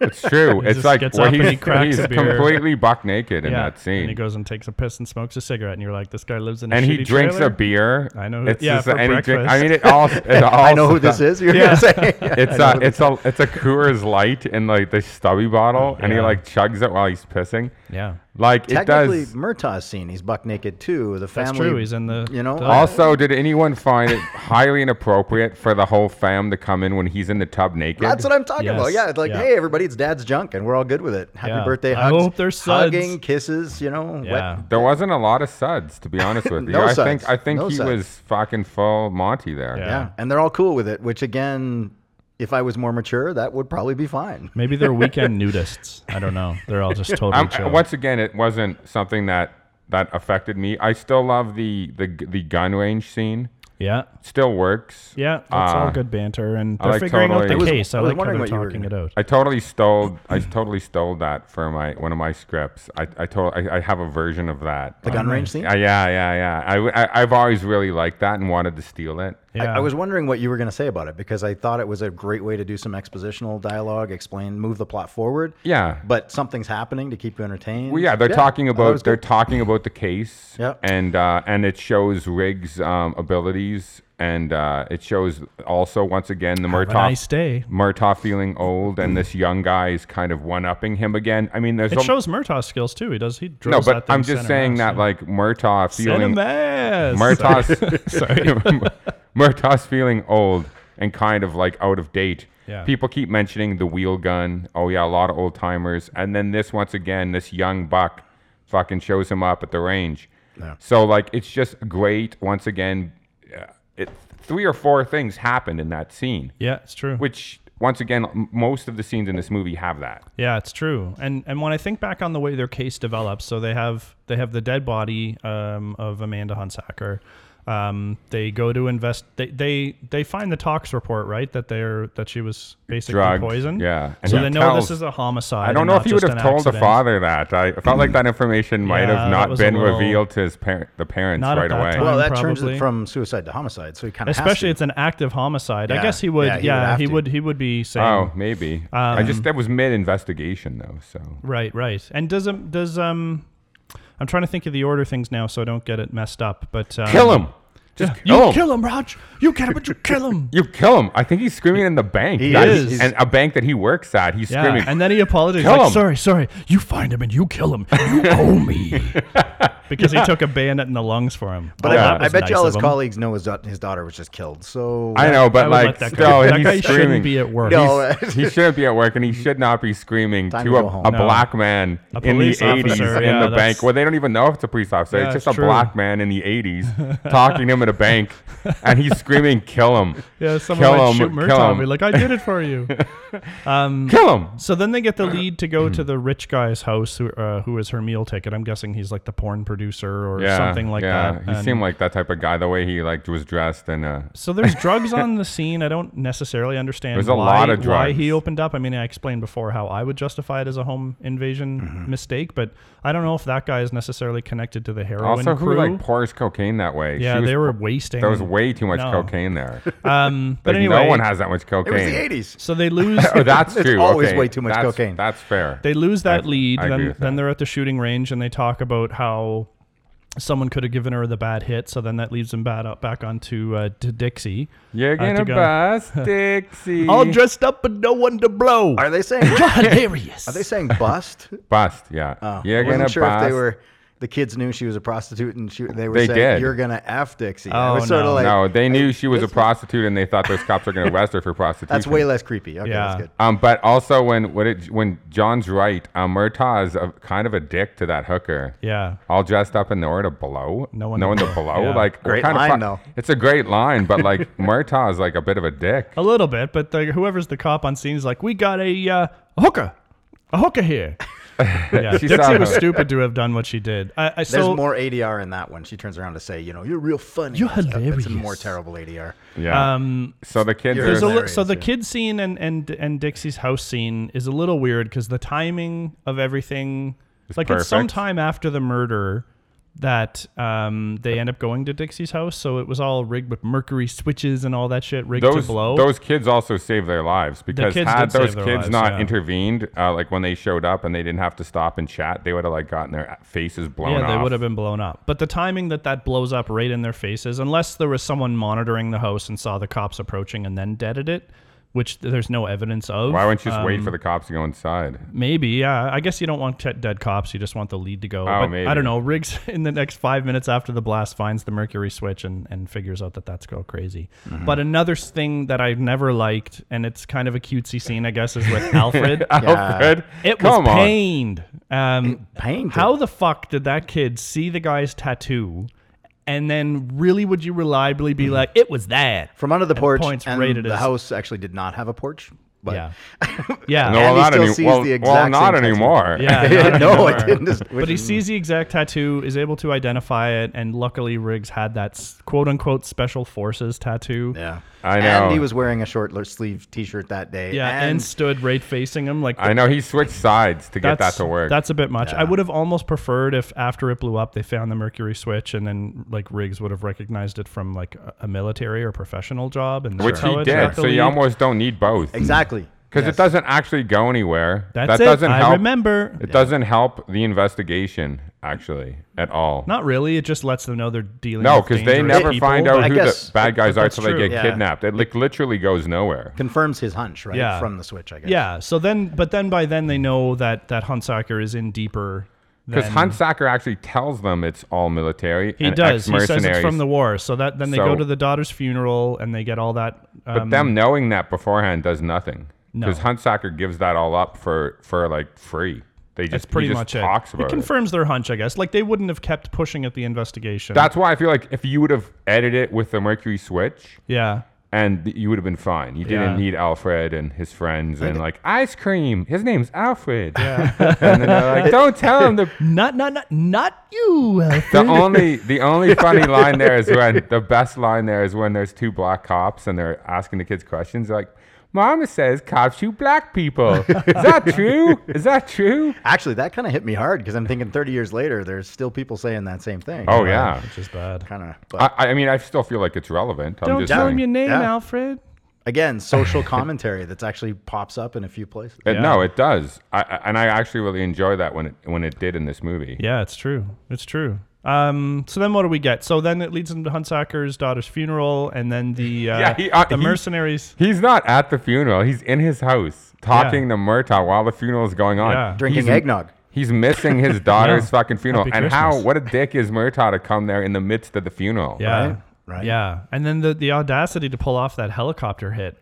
B: It's true.
A: He
B: it's
A: just
B: like
A: gets
B: where
A: up and
B: he's,
A: he cracks
B: he's
A: a beer.
B: completely buck naked in
A: yeah.
B: that scene.
A: And he goes and takes a piss and smokes a cigarette, and you're like, this guy lives in a
B: and he
A: shitty
B: drinks
A: trailer?
B: a beer.
A: I know who-
B: It's
A: yeah,
B: just
A: for
B: and he drink- I
A: breakfast.
B: mean, it all. It all
C: I know who this is. You're
A: Yeah.
C: gonna say
B: It's uh, a, it's a, it's a Coors Light in like the stubby bottle, and he
A: Yeah.
B: like chugs it while he's pissing.
A: Yeah,
B: Like it
C: technically
B: does.
C: Murtaugh's scene. He's buck naked too. The family.
A: that's true. He's in the
C: you know,
A: the-
B: Also, did anyone find it highly inappropriate for the whole fam to come in when he's in the tub naked?
C: That's what I'm talking
A: Yes.
C: about. Yeah, it's like,
A: Yeah.
C: hey, everybody, it's dad's junk, and we're all good with it. Happy
A: Yeah.
C: birthday!
A: I
C: Hugs,
A: hope they're suds.
C: hugging, kisses. You know,
A: yeah.
C: wet.
B: There wasn't a lot of suds, to be honest with you.
C: No
B: I
C: suds.
B: think I think
C: No
B: he
C: suds.
B: was fucking full Monty there.
A: Yeah.
C: Yeah. and they're all cool with it. Which again, if I was more mature, that would probably be fine.
A: Maybe they're weekend nudists. I don't know. They're all just totally
B: Um,
A: chill.
B: once again, it wasn't something that that affected me. I still love the the the gun range scene.
A: yeah,
B: Still works.
A: yeah. That's all
B: Uh,
A: good banter, and
B: I
A: they're
B: like
A: figuring
B: totally-
A: out
B: I
A: the
B: was-
A: case. I,
C: I was
A: like how
C: wondering
A: they're
C: what you were
A: talking it
C: gonna-
A: out.
B: I totally stole. I totally stole that for my one of my scripts. I, I told. I, I have a version of that.
C: The gun range scene.
B: Uh, yeah, yeah, yeah. I, w- I have always really liked that and wanted to steal it.
A: yeah,
C: I, I was wondering what you were going to say about it because I thought it was a great way to do some expositional dialogue, explain, move the plot forward.
B: Yeah.
C: But something's happening to keep you entertained.
B: Well, yeah, they're talking
C: I thought it
B: about
C: was
B: they're
C: good.
B: talking about the case.
C: Yep.
B: And uh, and it shows Riggs' um, abilities, and uh, it shows also once again the
A: Have
B: Murtaugh
A: a nice day.
B: Murtaugh feeling old, and this young guy is kind of one upping him again. I mean, there's
A: It
B: a-
A: shows Murtaugh's skills too. He does. He
B: no,
A: drills
B: but
A: that thing
B: I'm just
A: center
B: saying
A: mass,
B: that
A: yeah.
B: like Murtaugh
A: Send
B: feeling
A: him ass.
B: Murtaugh's Murtaugh's feeling old and kind of like out of date.
A: Yeah.
B: People keep mentioning the wheel gun. Oh yeah, a lot of old timers. And then this once again, this young buck fucking shows him up at the range. So like it's just great once again. uh, It, three or four things happened in that scene,
A: yeah, it's true.
B: which once again, m- most of the scenes in this movie have that.
A: Yeah, it's true. And and when I think back on the way their case develops, so they have they have the dead body um, of Amanda Hunsacker. Um, they go to invest. They, they they find the tox report, right? That they're that she was basically
B: Drugged,
A: poisoned.
B: yeah. And
A: So
B: he
A: they know
B: tells-
A: this is a homicide.
B: I don't
A: and
B: know
A: not
B: if he would
A: just
B: have
A: an
B: told the
A: accident.
B: father that. I felt like that information might
A: Yeah,
B: have
A: that
B: not
A: was a
B: been
A: little-
B: revealed to his parent, the parents
A: Not at
B: right
A: that
B: away.
A: time.
C: Well,
A: Time,
C: that turns
A: probably.
C: it from suicide to homicide, so he kind of
A: Especially,
C: has
A: it's an active homicide. I
C: Yeah.
A: guess he would. Yeah,
C: Yeah,
A: he,
C: he would have
A: would,
C: to.
A: he would. be saying.
B: Oh, maybe. I
A: Um,
B: just that was mid investigation though, so
A: Right, right. And does um does um, I'm trying to think of the order of things now, so I don't get it messed up. But um,
B: kill him. Just
A: You
B: kill him.
A: kill him, Raj. You get him, but you kill him.
B: You kill him. I think he's screaming in the bank.
C: He
B: That-
A: is.
B: and a bank that he works at. He's
A: Yeah,
B: screaming.
A: and then he apologized.
B: Kill
A: like,
B: him.
A: Sorry, sorry. You find him and you kill him. You owe me. Because he took a bayonet in the lungs for him.
C: But
A: Oh,
B: Yeah.
A: that
C: I, I
A: was
C: bet
A: nice
C: you all
A: of
C: his
A: him.
C: colleagues know his, da- his daughter was just killed. So
B: I know, but
A: I would
B: like
A: let that
B: still,
A: guy, that
B: he's
A: guy
B: screaming.
A: shouldn't be at work.
C: No,
B: he shouldn't be at work, and he should not be screaming
C: Time
B: to
C: to
B: a,
C: go home.
B: a
A: No.
B: black man
A: A
B: in the
A: police
B: 80s
A: officer,
B: in
A: yeah,
B: the
A: that's-
B: bank. Well, they don't even know if it's a police officer.
A: Yeah,
B: it's just
A: it's
B: a
A: true.
B: black man in the 80s talking to him at a bank, and he's screaming, "Kill him!
A: Yeah, someone
B: kill
A: might
B: him!
A: shoot
B: kill
A: Murtaugh
B: him!
A: and be like, I did it for you.
B: kill him!"
A: so then they get the lead to go
B: Mm.
A: to the rich guy's house, who, uh, who is her meal ticket. I'm guessing he's like the porn producer or
B: Yeah,
A: something like
B: yeah.
A: that.
B: He
A: And
B: seemed like that type of guy. The way he like was dressed, and uh,
A: so there's drugs on the scene. I don't necessarily understand
B: There's
A: why,
B: a lot of
A: why
B: drugs.
A: he opened up. I mean, I explained before how I would justify it as a home invasion
B: Mm-hmm.
A: mistake, but I don't know if that guy is necessarily connected to the heroin
B: also
A: crew.
B: who like pours cocaine that way.
A: Yeah,
B: She was-
A: they were wasting.
B: There was way too much
A: No.
B: cocaine there.
A: Um, but
B: Like,
A: anyway,
B: no one has that much
C: it was the
B: cocaine.
C: 80s.
A: so they lose.
B: oh, that's
C: There's
B: true.
C: always
B: okay.
C: way too much
B: That's-
C: cocaine.
B: That's fair.
A: they lose that
B: I-
A: lead.
B: I agree
A: then
B: with
A: then
B: that.
A: they're at the shooting range and they talk about how someone could have given her the bad hit. So then that leaves them bad up back onto uh, to Dixie.
B: You're
A: Uh, to
B: gonna
A: go-
B: bust Dixie.
A: All dressed up and no one to blow.
C: Are they saying
A: Hilarious.
C: are they saying bust?
B: Bust, yeah. You're
C: Oh, I
B: gonna
C: wasn't sure
B: bust.
C: if they were the kids knew she was a prostitute and she, they were
B: They
C: saying,
B: did.
C: "You're gonna f Dixie." I
A: Oh,
C: was sort
A: no.
C: of like,
B: no, they knew she was a prostitute, and they thought those cops were going to arrest her for prostitution.
C: that's way less creepy. Okay,
A: Yeah.
C: that's good.
B: Um, but also when when, it, when John's right, um, Murtaugh's a, kind of a dick to that hooker.
A: Yeah.
B: All dressed up and nowhere to blow.
A: No one-
B: nowhere to blow.
A: Yeah.
B: Like what
C: Great
B: kind
C: line,
B: of fu-
C: though.
B: It's a great line, but like Murtaugh's like a bit of a dick.
A: A little bit, but the, whoever's the cop on scene is like, we got a, uh, a hooker, a hooker here. yeah,
B: She
A: Dixie
B: saw
A: was
B: her.
A: stupid to have done what she did. I, I
C: There's
A: so
C: more ADR in that one. She turns around to say, "You know, you're real funny."
A: You're
C: That's- That's
A: hilarious.
C: a more terrible ADR.
B: Yeah. Um, so the kids
C: There's
A: There's a
B: are
A: li-
C: hilarious,
A: so the
C: yeah.
A: kid scene and, and and Dixie's house scene is a little weird because the timing of everything, like it's
B: perfect.
A: sometime after the murder that um, they end up going to Dixie's house. So it was all rigged with mercury switches and all that shit rigged
B: those
A: to blow.
B: those kids also saved their lives because
A: kids
B: had
A: did save
B: those
A: their
B: kids
A: lives,
B: not
A: yeah.
B: intervened, uh, like when they showed up and they didn't have to stop and chat, they would have like gotten their faces blown
A: yeah, they
B: off.
A: would have been blown up. But the timing that that blows up right in their faces, unless there was someone monitoring the house and saw the cops approaching and then deaded it, which th- there's no evidence of.
B: Why wouldn't you just wait for the cops to go inside?
A: Maybe, um, yeah. I guess you don't want te- dead cops. You just want the lead to go. but I
B: Oh, maybe.
A: don't know. Riggs, in the next five minutes after the blast, finds the mercury switch and, and figures out that that's go crazy.
B: Mm-hmm.
A: But another s- thing that I've never liked, and it's kind of a cutesy scene, I guess, is with Alfred.
B: Alfred,
A: It
B: Uh, come
A: was
B: on.
A: pained. Um,
C: Painted.
A: How the fuck did that kid see the guy's tattoo, and then really would you reliably
B: Mm-hmm.
A: be like, it was that?
C: From under the
A: And
C: porch,
A: points
C: and
A: rated
C: the
A: as-
C: house actually did not have a porch. But
A: Yeah. Yeah.
B: No,
C: And
B: well,
C: he
B: not
C: still
B: any-
C: sees
B: well,
C: the
B: well,
C: exact
B: not
C: same tattoo.
B: anymore.
A: Yeah.
C: Yeah,
A: not
C: no, I
A: anymore.
C: didn't. Just-
A: But he
C: which-
A: sees the exact tattoo, is able to identify it, and luckily Riggs had that s- quote unquote special forces tattoo.
C: Yeah,
B: I
C: And
B: know.
C: he was wearing a short sleeve T-shirt that day.
A: Yeah, and,
C: and,
A: stood right facing him. Like
B: I know he switched sides to get that to work.
A: That's a bit much. I would have almost preferred if after it blew up, they found the mercury switch, and then like Riggs would have recognized it from like a, a military or professional job, and
B: which
A: that's how
B: he
A: it
B: did.
A: got the
B: So
A: lead.
B: you almost don't need both.
C: exactly
B: Because it doesn't actually go anywhere.
A: That's
B: that
A: it.
B: doesn't
A: I
B: help.
A: remember.
B: It doesn't help the investigation actually at all.
A: Not really. It just lets them know they're dealing.
B: no,
A: with
B: because they
A: dangerous
B: never
A: people,
B: find
A: but-
B: out
C: I
B: who
C: guess-
B: the bad guys are
A: that's
B: till they
A: true.
B: get
C: Yeah.
B: kidnapped. It like, literally goes nowhere.
C: confirms his hunch right
A: Yeah.
C: from the switch. I guess.
A: Yeah. So then, but then by then they know that that Hunsaker is in deeper.
B: Because
A: than-
B: Huntsacker actually tells them it's all military.
A: He
B: and
A: does. He says it's
B: ex-mercenaries.
A: from the war. So that then they go
B: So-
A: to the daughter's funeral and they get all that.
B: But
A: Um,
B: them knowing that beforehand does nothing.
A: No.
B: Because Huntsacker gives that all up for for like free. They just
A: that's
B: he
A: pretty
B: just
A: much
B: talks
A: it.
B: about
A: it
B: it.
A: confirms their hunch, I guess. Like they wouldn't have kept pushing at the investigation.
B: That's why I feel like if you would have edited it with the Mercury Switch,
A: yeah.
B: and th- you would have been fine. You didn't
A: Yeah.
B: need Alfred and his friends and like ice cream. His name's Alfred. Yeah. and then they're like, don't tell him the.
A: Not not not not you.
B: The only the only funny line there is when the best line there is when there's two black cops and they're asking the kids questions like, "Mama says cops shoot black people. Is that true? Is that true?"
C: Actually, that kind of hit me hard because I'm thinking 30 years later, there's still people saying that same thing.
B: Oh yeah.
A: Which is bad.
C: Kind of. But
B: I, I mean, I still feel like it's relevant. I'm
A: Don't
B: just
A: tell
B: saying.
A: him your name,
C: Yeah.
A: Alfred.
C: again, social commentary that's actually pops up in a few places.
B: It- No, it does. I, I, and I actually really enjoy that when it when it did in this movie.
A: Yeah, it's true. It's true. Um, so then what do we get? So then it leads them to Hunsaker's daughter's funeral and then the uh,
B: Yeah, he- uh,
A: the
B: he-
A: mercenaries.
B: He's not at the funeral. He's in his house talking
A: Yeah.
B: to Murtaugh while the funeral is going on.
A: Yeah.
C: Drinking
B: He's-
C: eggnog.
B: He's missing his daughter's fucking funeral.
A: Happy
B: And how,
A: Christmas.
B: what a dick is Murtaugh to come there in the midst of the funeral.
A: Yeah.
C: Right? Right.
A: Yeah. And then the, the audacity to pull off that helicopter hit.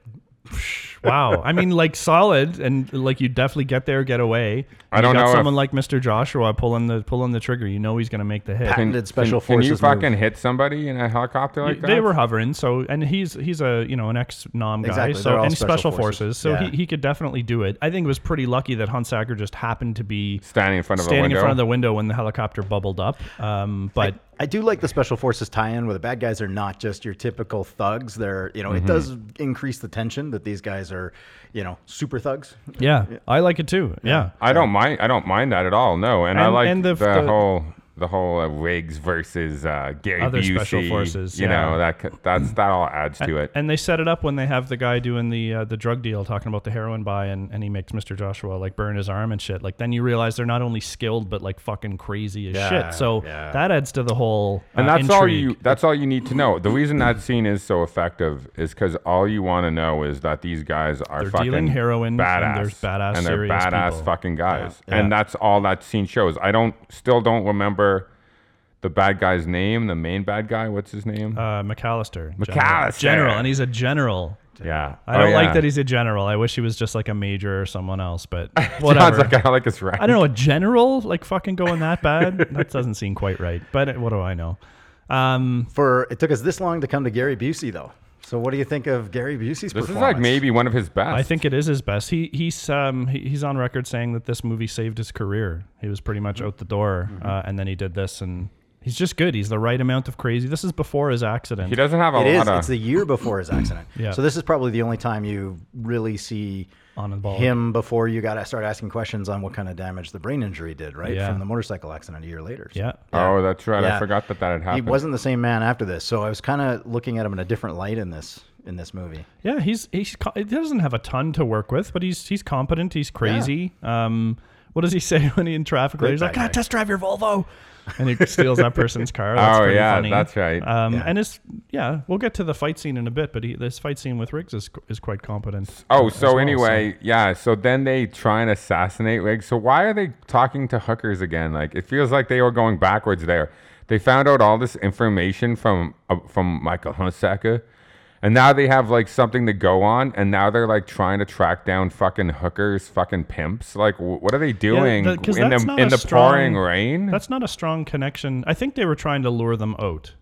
A: wow. I mean, like solid and like you definitely get there, get away.
B: I
A: You
B: don't
A: got
B: know if-
A: Someone like Mr. Joshua pulling the pulling the trigger. You know he's gonna make the hit.
C: Patented special
B: can, can you
C: forces
B: fucking
C: move.
B: hit somebody in a helicopter like that?
A: they were hovering, so and he's he's a you know an ex nom guy,
C: Exactly,
A: so
C: they're all
A: and
C: special forces.
A: so
C: Yeah.
A: he, he could definitely do it. I think it was pretty lucky that Hunsaker just happened to be
B: standing in front of a
A: standing
B: window.
A: in front of the window when the helicopter bubbled up. Um, but
C: I do like the special forces tie-in where the bad guys are not just your typical thugs. They're, you know,
B: Mm-hmm.
C: it does increase the tension that these guys are, you know, super thugs.
A: yeah, I like it too. Yeah,
B: I don't mind. I don't mind that at all. No, and, I
A: And-
B: like
A: and the-
B: the,
A: the-
B: whole the whole uh, Riggs versus uh, Gary
A: Other
B: Busey.
A: special forces,
B: You
A: yeah.
B: know that c- that's that all adds to it.
A: And they set it up when they have the guy doing the uh, the drug deal, talking about the heroin buy, and, and he makes Mr. Joshua like burn his arm and shit. Like then you realize they're not only skilled but like fucking crazy as shit. So that adds to the whole.
B: and
A: uh,
B: that's all
A: intrigue.
B: you that's all you need to know the reason that scene is so effective is because all you want to know is that these guys are
A: They're
B: fucking
A: dealing heroin, and
B: badass
A: there's badass
B: and they're
A: serious
B: badass
A: people.
B: fucking guys
A: Yeah.
B: and that's all that scene shows i don't still don't remember remember the bad guy's name, the main bad guy. What's his name?
A: Uh, McAllister. general.
B: McAllister.
A: General, and he's a general.
B: yeah.
A: I
B: Oh,
A: don't like
B: yeah.
A: that he's a general. I wish he was just like a major or someone else, but
B: Sounds
A: whatever.
B: like I like his rank.
A: I don't know, a general? Like fucking going that bad? that doesn't seem quite right, but uh, what do I know? Um,
C: For it took us this long to come to Gary Busey though. So what do you think of Gary Busey's
B: This is
C: performance?
B: like maybe one of his best.
A: I think it is his best. He he's um he, he's on record saying that this movie saved his career. He was pretty
B: Mm-hmm.
A: much out the door, uh, and then he did this, and he's just good. He's the right amount of crazy. This is before his accident.
B: he doesn't have a
C: It
B: lot
C: is.
B: of.
C: It's the year before his accident.
A: Yeah.
C: So this is probably the only time you really see
A: On the ball.
C: him before you got to start asking questions on what kind of damage the brain injury did, right?
A: Yeah.
C: From the motorcycle accident a year later. So
A: yeah.
B: Oh, that's right. I
C: Yeah.
B: forgot that that had
C: He
B: happened.
C: wasn't the same man after this. So I was kind of looking at him in a different light in this in this movie.
A: Yeah, he's he's co- he doesn't have a ton to work with, but he's he's competent. He's crazy. Um, what does he say when he in traffic? he's like,
C: bad
A: "Ah,
C: guy."
A: test drive your Volvo," and he steals that person's car. That's
B: Oh,
A: pretty
B: yeah,
A: funny.
B: that's right.
A: Um,
C: Yeah.
A: and it's yeah, we'll get to the fight scene in a bit, but he, this fight scene with Riggs is is quite competent.
B: Oh,
A: as
B: so
A: well,
B: anyway, yeah. So then they try and assassinate Riggs. So why are they talking to hookers again? Like it feels like they were going backwards there. They found out all this information from uh, from Michael Hunsaker, and now they have like something to go on. And now they're like trying to track down fucking hookers, fucking pimps. Like wh- what are they doing
A: the- 'cause
B: in
A: that's
B: the
A: not
B: in
A: a
B: the pouring
A: strong-
B: rain?
A: That's not a strong connection. I think they were trying to lure them out.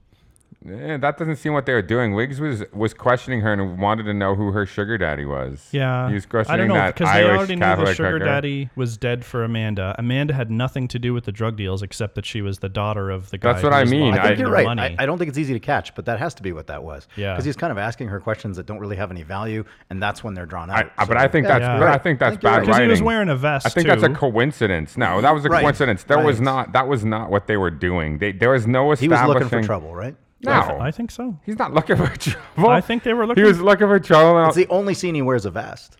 B: Eh, that doesn't seem what they were doing. Riggs was was questioning her and wanted to know who her sugar daddy was.
A: Yeah,
B: he was
A: I don't
B: questioning
A: know
B: that
A: because
B: Irish
A: they already knew
B: Catholic
A: the sugar
B: hooker.
A: daddy was dead for Amanda. Amanda had nothing to do with the drug deals except that she was the daughter of the guy.
B: That's what
A: who
B: I
A: was
B: mean.
A: locking
C: I think
A: their
C: you're right.
A: money.
C: I, I don't think it's easy to catch, but that has to be what that was.
A: Yeah.
C: Because he's kind of asking her questions that don't really have any value, and that's when they're drawn
B: I,
C: out.
B: I-
C: So-
B: but I think that's
A: Yeah.
B: but I think that's
C: you're
B: bad
C: right.
A: Because
B: writing.
A: he was wearing a vest.
B: I think
A: too.
B: that's a coincidence. No, that was a
C: Right.
B: coincidence. There was
C: Right.
B: not that was not what they were doing. They, there was no
C: he was
B: establishing.
C: looking for trouble, right?
B: No,
A: I, th- I think so.
B: he's not looking for trouble.
A: I think they were
B: He was looking for trouble.
C: It's the only scene he wears a vest.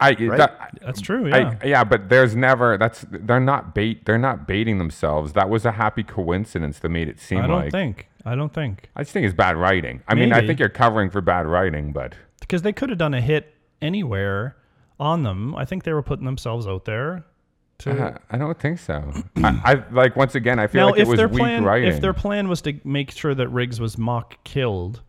B: I, that-
A: That's true.
B: I-
A: Yeah.
B: yeah, but there's never that's they're not bait they're not baiting themselves. That was a happy coincidence that made it seem
A: I, don't
B: like
A: think. I don't think
B: I just think it's bad writing. I mean, I
A: Maybe.
B: think you're covering for bad writing, but
A: because they could have done a hit anywhere on them. I think they were putting themselves out there. To
B: uh, I don't think so. I, I like once again, I feel
A: now,
B: like it
A: if
B: was
A: their
B: weak
A: plan,
B: writing.
A: if their plan was to make sure that Riggs was mock killed,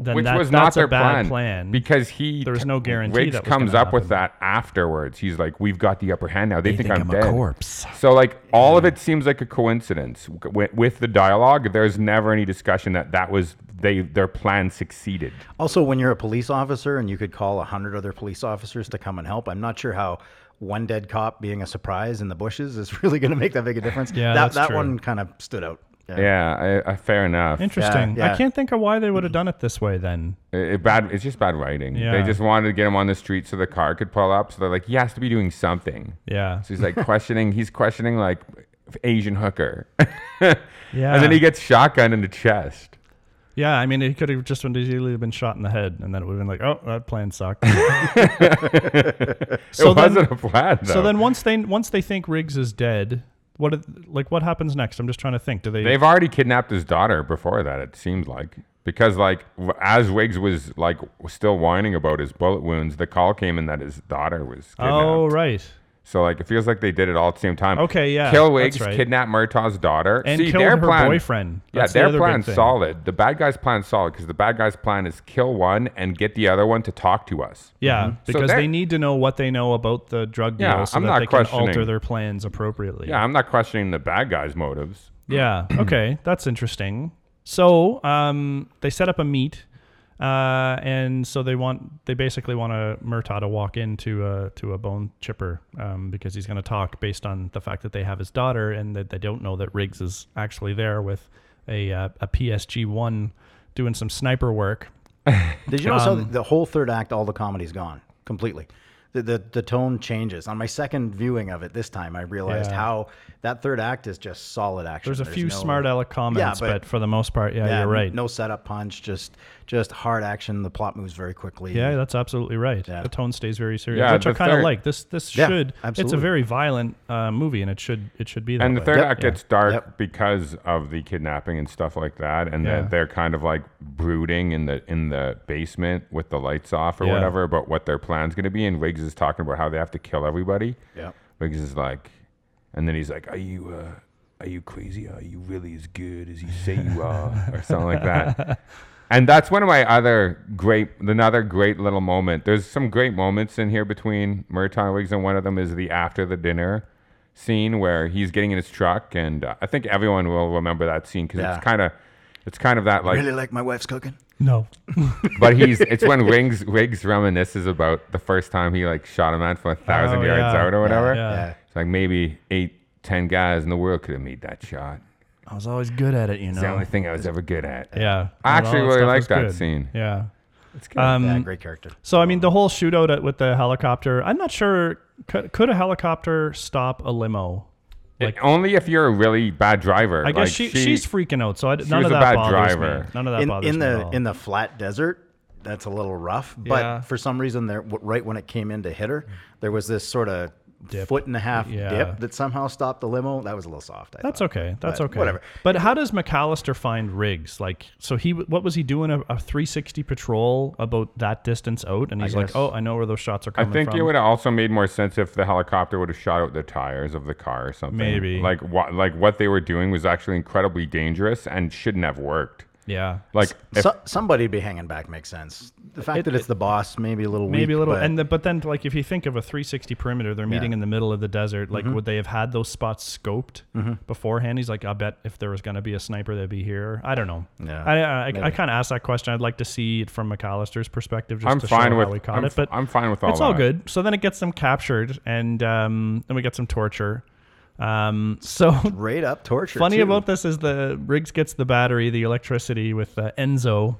A: then
B: which
A: that,
B: was
A: that's
B: not their
A: a bad
B: plan,
A: plan.
B: because he
A: There was no guarantee
B: Riggs
A: that was
B: comes
A: gonna
B: up with
A: happen.
B: that afterwards. He's like, "We've got the upper hand now. They, think, I'm,
A: a
B: dead."
A: corpse.
B: So like all
A: Mm.
B: of it seems like a coincidence with, with the dialogue. There's never any discussion that that was they their plan succeeded.
C: Also, when you're a police officer and you could call a hundred other police officers to come and help, I'm not sure how one dead cop being a surprise in the bushes is really going to make that big a difference.
A: Yeah,
C: that,
A: that's
C: that
A: true.
C: one kind of stood out.
A: Uh.
C: Yeah.
B: Yeah, I, I, fair enough.
A: Interesting.
C: Yeah, yeah.
A: I can't think of why they
B: Mm-hmm.
A: would have done it this way. Then
B: It, it bad. It's just bad writing.
A: Yeah.
B: They just wanted to get him on the street so the car could pull up. So they're like, he has to be doing something.
A: Yeah.
B: So he's like questioning. He's questioning like Asian hooker.
A: Yeah.
B: And then he gets shotgun in the chest.
A: Yeah, I mean, he could have just been easily been shot in the head, and then it would have been like, oh, that plan sucked. so
B: it
A: then,
B: wasn't a plan. Though.
A: so then once they once they think Riggs is dead, what if- like what happens next? I'm just trying to think. Do they?
B: They've already kidnapped his daughter before that. It seems like because like w- as Riggs was like still whining about his bullet wounds, the call came in that his daughter was kidnapped.
A: oh right.
B: So like it feels like they did it all at the same time.
A: Okay, yeah,
B: Kill
A: that's
B: Riggs,
A: right.
B: kidnap Murtaugh's daughter,
A: And
B: See,
A: killed
B: their
A: her
B: plan,
A: boyfriend.
B: Yeah,
A: That's the
B: their
A: other big
B: plan's
A: thing.
B: solid. The bad guy's plan's solid because the bad guy's plan is kill one and get the other one to talk to us.
A: Yeah,
B: Mm-hmm. So
A: because
B: they're-
A: they need to know what they know about the drug deal
B: Yeah,
A: so
B: I'm
A: that
B: not
A: they can alter
B: questioning.
A: their plans appropriately.
B: Yeah, I'm not questioning the bad guy's motives.
A: Yeah. Okay. That's interesting. So um, they set up a meet, uh, and so they want they basically want a Murtaugh to walk into a to a bone chipper um, because he's going to talk based on the fact that they have his daughter and that they don't know that Riggs is actually there with a uh, a PSG one doing some sniper work.
C: Did you notice
A: Um,
C: how the whole third act, all the comedy's gone completely? The, the, the tone changes. On my second viewing of it this time, I realized
A: Yeah.
C: how that third act is just solid action.
A: There's a few
C: no-
A: smart aleck comments,
C: but-
A: but, for the most part, yeah,
C: Yeah,
A: you're right.
C: No setup punch, just just hard action. The plot moves very quickly.
A: Yeah, that's absolutely right.
C: Yeah.
A: The tone stays very serious,
B: Yeah,
A: which I
B: the
A: kind of
B: third-
A: like. This this
C: Yeah,
A: should it's a
C: absolutely.
A: very violent uh, movie, and it should it should be that
B: And the
A: way.
B: third
C: Yep.
B: act gets dark
C: Yep.
B: because of the kidnapping and stuff like that, and
A: Yeah.
B: that they're kind of like brooding in the in the basement with the lights off or
A: Yeah.
B: whatever about what their plan's going to be. And Riggs is talking about how they have to kill everybody.
C: Yeah.
B: Riggs is like, and then he's like, "Are you uh, "Are you crazy? Are you really as good as you say you are?" or something like that. And that's one of my other great, another great little moment. There's some great moments in here between Murtaugh Wiggs, and one of them is the after the dinner scene where he's getting in his truck, and uh, I think everyone will remember that scene because
C: Yeah.
B: it's kind of, it's kind of that like
C: really like my wife's cooking.
A: No.
B: but he's it's when Riggs Riggs reminisces about the first time he like shot a man from a thousand
A: Oh,
B: yards
A: yeah.
B: out or whatever.
A: Yeah.
C: Yeah.
B: It's like maybe eight, ten guys in the world could have made that shot.
A: I was always good at it, you
B: It's the only thing I was ever good at.
A: Yeah.
B: I
A: Not
B: actually
A: all
B: really
A: stuff
B: like
A: is
B: that scene.
A: Yeah.
B: It's good.
C: yeah,
A: Mm-hmm.
C: great character.
A: So I mean, the whole shootout at, with the helicopter. I'm not sure. Could, could a helicopter stop a limo?
B: It- only if you're a really bad driver.
A: I guess
B: Like,
A: she, she's freaking out. So I, d- none
B: was
A: of that
B: a bad
A: bothers me.
B: driver.
A: None of that
C: in,
A: bothers
C: in
A: me
C: the
A: at all.
C: in the flat desert that's a little rough but
A: Yeah.
C: for some reason there w- right when it came in to hit her there was this sort of foot and a half
A: Yeah.
C: dip that somehow stopped the limo that was a little soft I
A: That's
C: thought.
A: okay. That's
C: But
A: okay.
C: whatever.
A: But how does McAllister find Riggs? Like, so he, what was he doing a, a 360 patrol about that distance out? And he's like,
C: guess.
A: oh, I know where those shots are
B: I
A: coming
B: think
A: from.
B: it would have also made more sense if the helicopter would have shot out the tires of the car or something.
A: Maybe.
B: Like what like what they were doing was actually incredibly dangerous and shouldn't have worked.
A: yeah.
B: Like if
C: so, somebody'd be hanging back makes sense the fact that it's the boss maybe a little
A: Maybe
C: weak,
A: a little,
C: but
A: and the, but then like if you think of a 360 perimeter, they're meeting
C: Yeah.
A: in the middle of the desert. Like,
B: Mm-hmm.
A: would they have had those spots scoped beforehand? He's like, I bet if there was going to be a sniper, they'd be here. I don't know.
C: Yeah,
A: I I, I, kind of asked that question. I'd like to see it from McAllister's perspective. Just
B: I'm
A: to
B: fine
A: show
B: with
A: how we caught
B: I'm,
A: it, but
B: I'm fine with all
A: it's all
B: that.
A: good. So then it gets them captured, and um, then we get some torture. Um, so
C: straight up torture
A: Funny
C: too.
A: about this is the Riggs gets the battery, the electricity with uh, Enzo,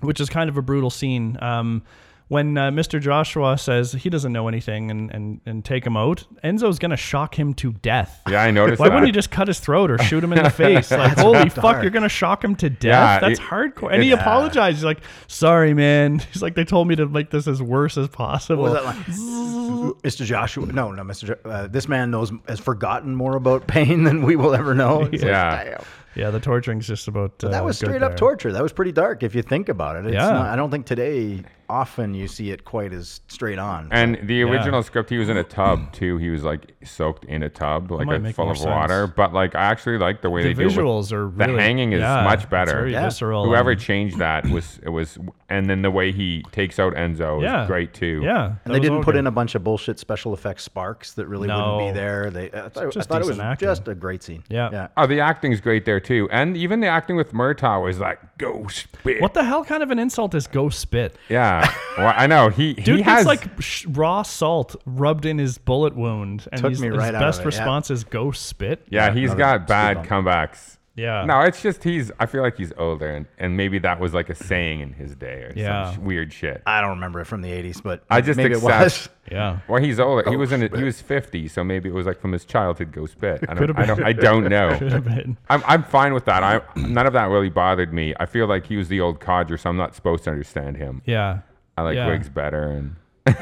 A: which is kind of a brutal scene. Um, when uh, Mr. Joshua says he doesn't know anything and, and, and take him out, Enzo's gonna shock him to death.
B: Yeah, I noticed
A: Why
B: that.
A: wouldn't he just cut his throat or shoot him in the face? Like, holy fuck, you're gonna shock him to death.
B: Yeah,
A: That's
B: it-
A: hardcore. And he
B: it's-
A: apologized. He's like, sorry, man. He's like, they told me to make this as worse as possible.
C: What was that line? Mr. Joshua, no, no, Mr. Jo- uh, this man knows has forgotten more about pain than we will ever know. It's like,
B: Yeah.
C: damn.
A: yeah, the torturing's just about. Uh,
C: That was
A: good
C: straight
A: there.
C: up torture. That was pretty dark if you think about it. It's
A: Yeah.
C: not, I don't think today often you see it quite as straight on.
B: And the original script, he was in a tub too. He was like soaked in a tub, like
A: might
B: a,
A: make
B: full
A: more
B: of water.
A: sense.
B: But like, I actually like the way
A: The
B: they do it. with-
A: visuals are
B: the
A: really
B: hanging is
A: yeah,
B: much
A: it's
B: better.
A: very visceral.
B: Whoever
A: and-
B: changed that was it was, and then the way he takes out Enzo
A: yeah,
B: is great too.
A: Yeah,
C: And they didn't put in a bunch of bullshit special effects sparks that really
A: No.
C: wouldn't be there. They, I thought,
A: Just
C: I thought it was
A: decent acting.
C: just a great scene.
A: Yeah.
C: yeah.
B: Oh, the acting's great there too, and even the acting with Murtaugh was like go spit.
A: What the hell kind of an insult is go spit?
B: Yeah, well, I know he
A: Dude
B: he
A: gets
B: has
A: like sh- raw salt rubbed in his bullet wound, and
C: Took
A: he's,
C: me
A: his
C: right out of
A: best
C: it, yeah.
A: response is go spit.
B: yeah, he's
C: no,
B: got
C: that's
B: bad
C: good
B: comebacks.
A: Yeah.
B: No, it's just he's. I feel like he's older, and, and maybe that was like a saying in his day or
A: Yeah.
B: some sh- weird shit.
C: I don't remember it from the '80s, but
B: I just
C: maybe
B: accept-
C: it was.
A: yeah.
B: Well, he's older. He was in. A, he was fifty, so maybe it was like from his childhood. Go spit. I
A: Could've
B: don't. I
A: been.
B: don't. I don't know.
A: Could've been.
B: I'm. I'm fine with that. I. None of that really bothered me. I feel like he was the old codger, so I'm not supposed to understand him.
A: Yeah.
B: I like
A: Yeah.
B: wigs better, and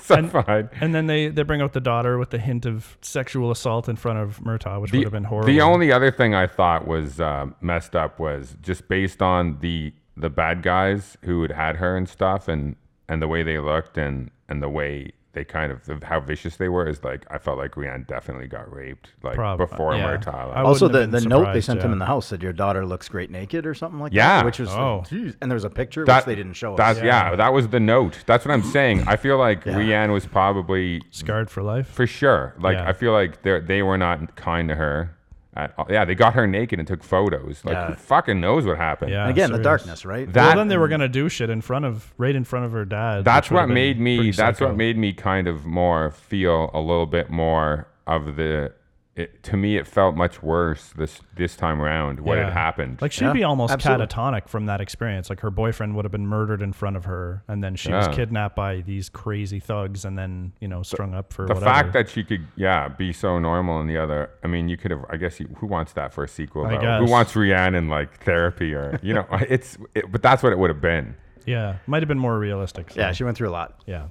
B: so fine.
A: And then they, they bring out the daughter with the hint of sexual assault in front of Murtaugh, which would have been horrible.
B: The only other thing I thought was uh, messed up was just based on the the bad guys who had had her and stuff, and and the way they looked, and and the way they kind of the, how vicious they were is like I felt like Rihanna definitely got raped like
A: Prob-
B: before
A: yeah.
B: Murtaugh.
A: I
B: left.
A: would-
C: Also,
A: wouldn't
C: the,
A: have
C: the
A: been
C: note they
A: surprised,
C: sent him
A: yeah.
C: in the house said your daughter looks great naked or something like
B: Yeah.
C: that. which was like,
A: Oh.
C: geez. and there was a picture
B: That-
C: which they didn't show us.
B: That's yeah. that was the note. That's what I'm saying. I feel like Rihanna was probably
A: scarred for life.
B: for sure. Like
A: Yeah.
B: I feel like they they were not kind to her. At all. Yeah, they got her naked and took photos. Like who fucking knows what happened.
A: Yeah.
C: And again, the
A: serious.
C: darkness, right?
B: That-
A: well, then they were gonna do shit in front of, right in front of her dad.
B: that's
A: which would
B: what
A: have been
B: made me
A: pretty
B: that's
A: psycho.
B: what made me kind of more feel a little bit more of the it, to me it felt much worse this this time around what
A: Yeah.
B: had happened
A: Like she'd
C: Yeah,
A: be almost
C: absolutely.
A: catatonic from that experience. Like her boyfriend would have been murdered in front of her, and then she
B: Yeah.
A: was kidnapped by these crazy thugs, and then you know strung up for
B: the
A: whatever.
B: fact that she could yeah be so normal and the other i mean you could have i guess you, who wants that for a sequel
A: I
B: though?
A: guess.
B: who wants rihanna in like therapy or you know it's it, but that's what it would have been
A: yeah, might have been more realistic. so,
C: yeah, she went through a lot.
A: yeah.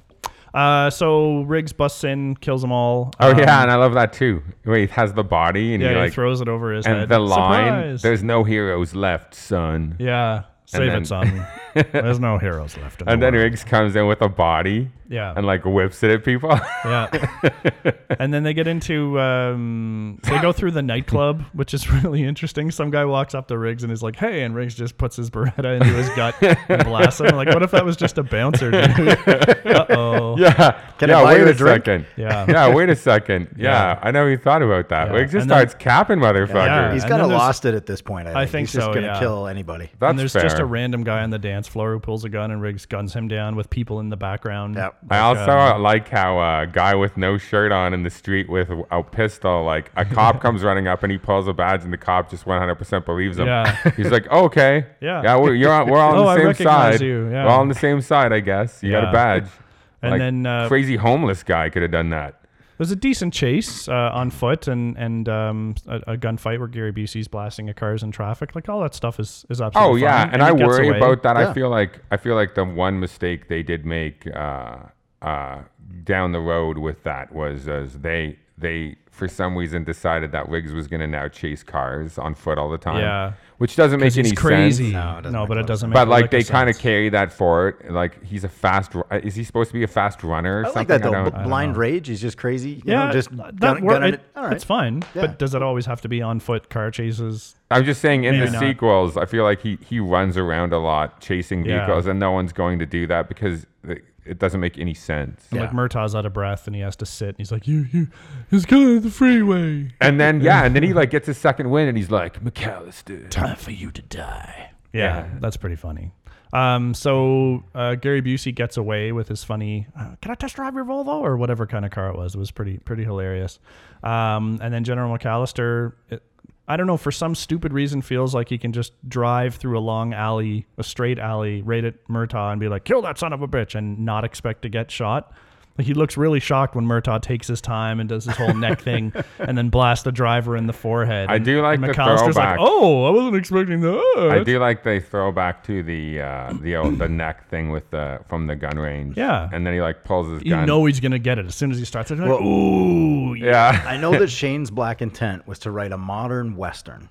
A: Uh, so Riggs busts in, kills them all.
B: oh
A: Um,
B: yeah and i love that too where he has the body and
A: yeah.
B: he
A: He
B: like
A: throws it over his head.
B: and the line
A: Surprise!
B: there's no heroes left son
A: yeah. Save
B: then-
A: it, son. There's no heroes left. In
B: And
A: the
B: then
A: world.
B: Riggs comes in with a body
A: yeah,
B: and like whips it at people.
A: yeah. and then they get into um, they go through the nightclub, which is really interesting. Some guy walks up to Riggs and is like, "Hey," and Riggs just puts his Beretta into his gut and blasts him. Like, what if that was just a bouncer? Uh oh.
B: yeah.
C: Can I
B: yeah,
C: buy you
B: wait
C: a drink?
B: second.
A: Yeah.
B: Yeah, wait a second. Yeah,
A: Yeah.
B: I never even thought about that.
A: Yeah.
B: Riggs just
A: And then-
B: starts capping motherfuckers.
A: Yeah.
C: He's
A: and
C: kind
A: then
C: of
A: there's-
C: lost it at this point. I think,
A: I think
C: he's just
A: so,
C: gonna
A: yeah.
C: kill anybody.
B: That's
A: and there's
B: fair.
A: just a random guy on the dance floor who pulls a gun and Riggs guns him down with people in the background.
C: Yep.
B: I
A: Like,
B: also
A: um,
B: like how a guy with no shirt on in the street with a pistol, like a cop comes running up and he pulls a badge, and the cop just 100% believes him.
A: Yeah.
B: He's like, okay.
A: Yeah.
B: Yeah, we're, you're on, we're all on
A: Oh,
B: the
A: I
B: same
A: recognize
B: side.
A: you, yeah.
B: We're all on the same side, I guess. You got
A: Yeah.
B: a badge.
A: And
B: Like,
A: then, uh,
B: crazy homeless guy could have done that.
A: There's a decent chase uh, on foot and and um, a, a gunfight where Gary Busey's blasting at cars in traffic. Like all that stuff is is
B: Oh
A: absolutely.
B: yeah,
A: fine,
B: and
A: he
B: I
A: gets
B: worry
A: away.
B: about that.
C: Yeah.
B: I feel like I feel like the one mistake they did make uh, uh, down the road with that was as they they for some reason decided that Riggs was going to now chase cars on foot all the time.
A: Yeah.
B: which doesn't make any
A: He's crazy.
B: sense.
C: No, it doesn't
A: No,
C: make
A: but
C: a
A: it
C: lot
A: doesn't. Make
B: But like
A: lick of
B: they kind of
A: sense.
B: carry that forward. Like he's a fast. ru- Is he supposed to be a fast runner? Or
C: I like
B: something?
C: that though.
B: don't-
C: B- blind rage. He's just crazy. You
A: Yeah,
C: know, just
A: that
C: gun,
A: wor-
C: gunning
A: it-
C: it. All right.
A: It's fine,
C: Yeah.
A: but does it always have to be on foot car chases?
B: I'm just saying in
A: Maybe
B: the
A: not.
B: sequels, I feel like he, he runs around a lot chasing
A: Yeah.
B: vehicles, and no one's going to do that because it, it doesn't make any sense.
A: And, Like
C: Yeah.
A: Murtaugh's out of breath and he has to sit and he's like, "You, you, he's killing the freeway."
B: And then yeah, and then he like gets his second win, and he's like McAllister.
A: time for you to die. Yeah, that's pretty funny. Um, so uh, Gary Busey gets away with his funny, uh, "Can I test drive your Volvo?" or whatever kind of car it was. It was pretty pretty hilarious. Um, and then General McAllister, it, I don't know, for some stupid reason, feels like he can just drive through a long alley, a straight alley, right at Murtaugh, and be like, "Kill that son of a bitch," and not expect to get shot. Like he looks really shocked when Murtaugh takes his time and does his whole neck thing, and then blasts the driver in the forehead.
B: I
A: And-
B: do like
A: and
B: the
A: McAllister's like,
B: throwback.
A: "Oh, I wasn't expecting that."
B: I do like they throw back to the uh, the old, the neck thing with the from the gun range.
A: Yeah.
B: and then he like pulls his
A: You
B: gun.
A: know he's gonna get it as soon as he starts. it. Like,
C: Well-
A: Ooh, yeah.
B: yeah,
C: I know that Shane's black intent was to write a modern western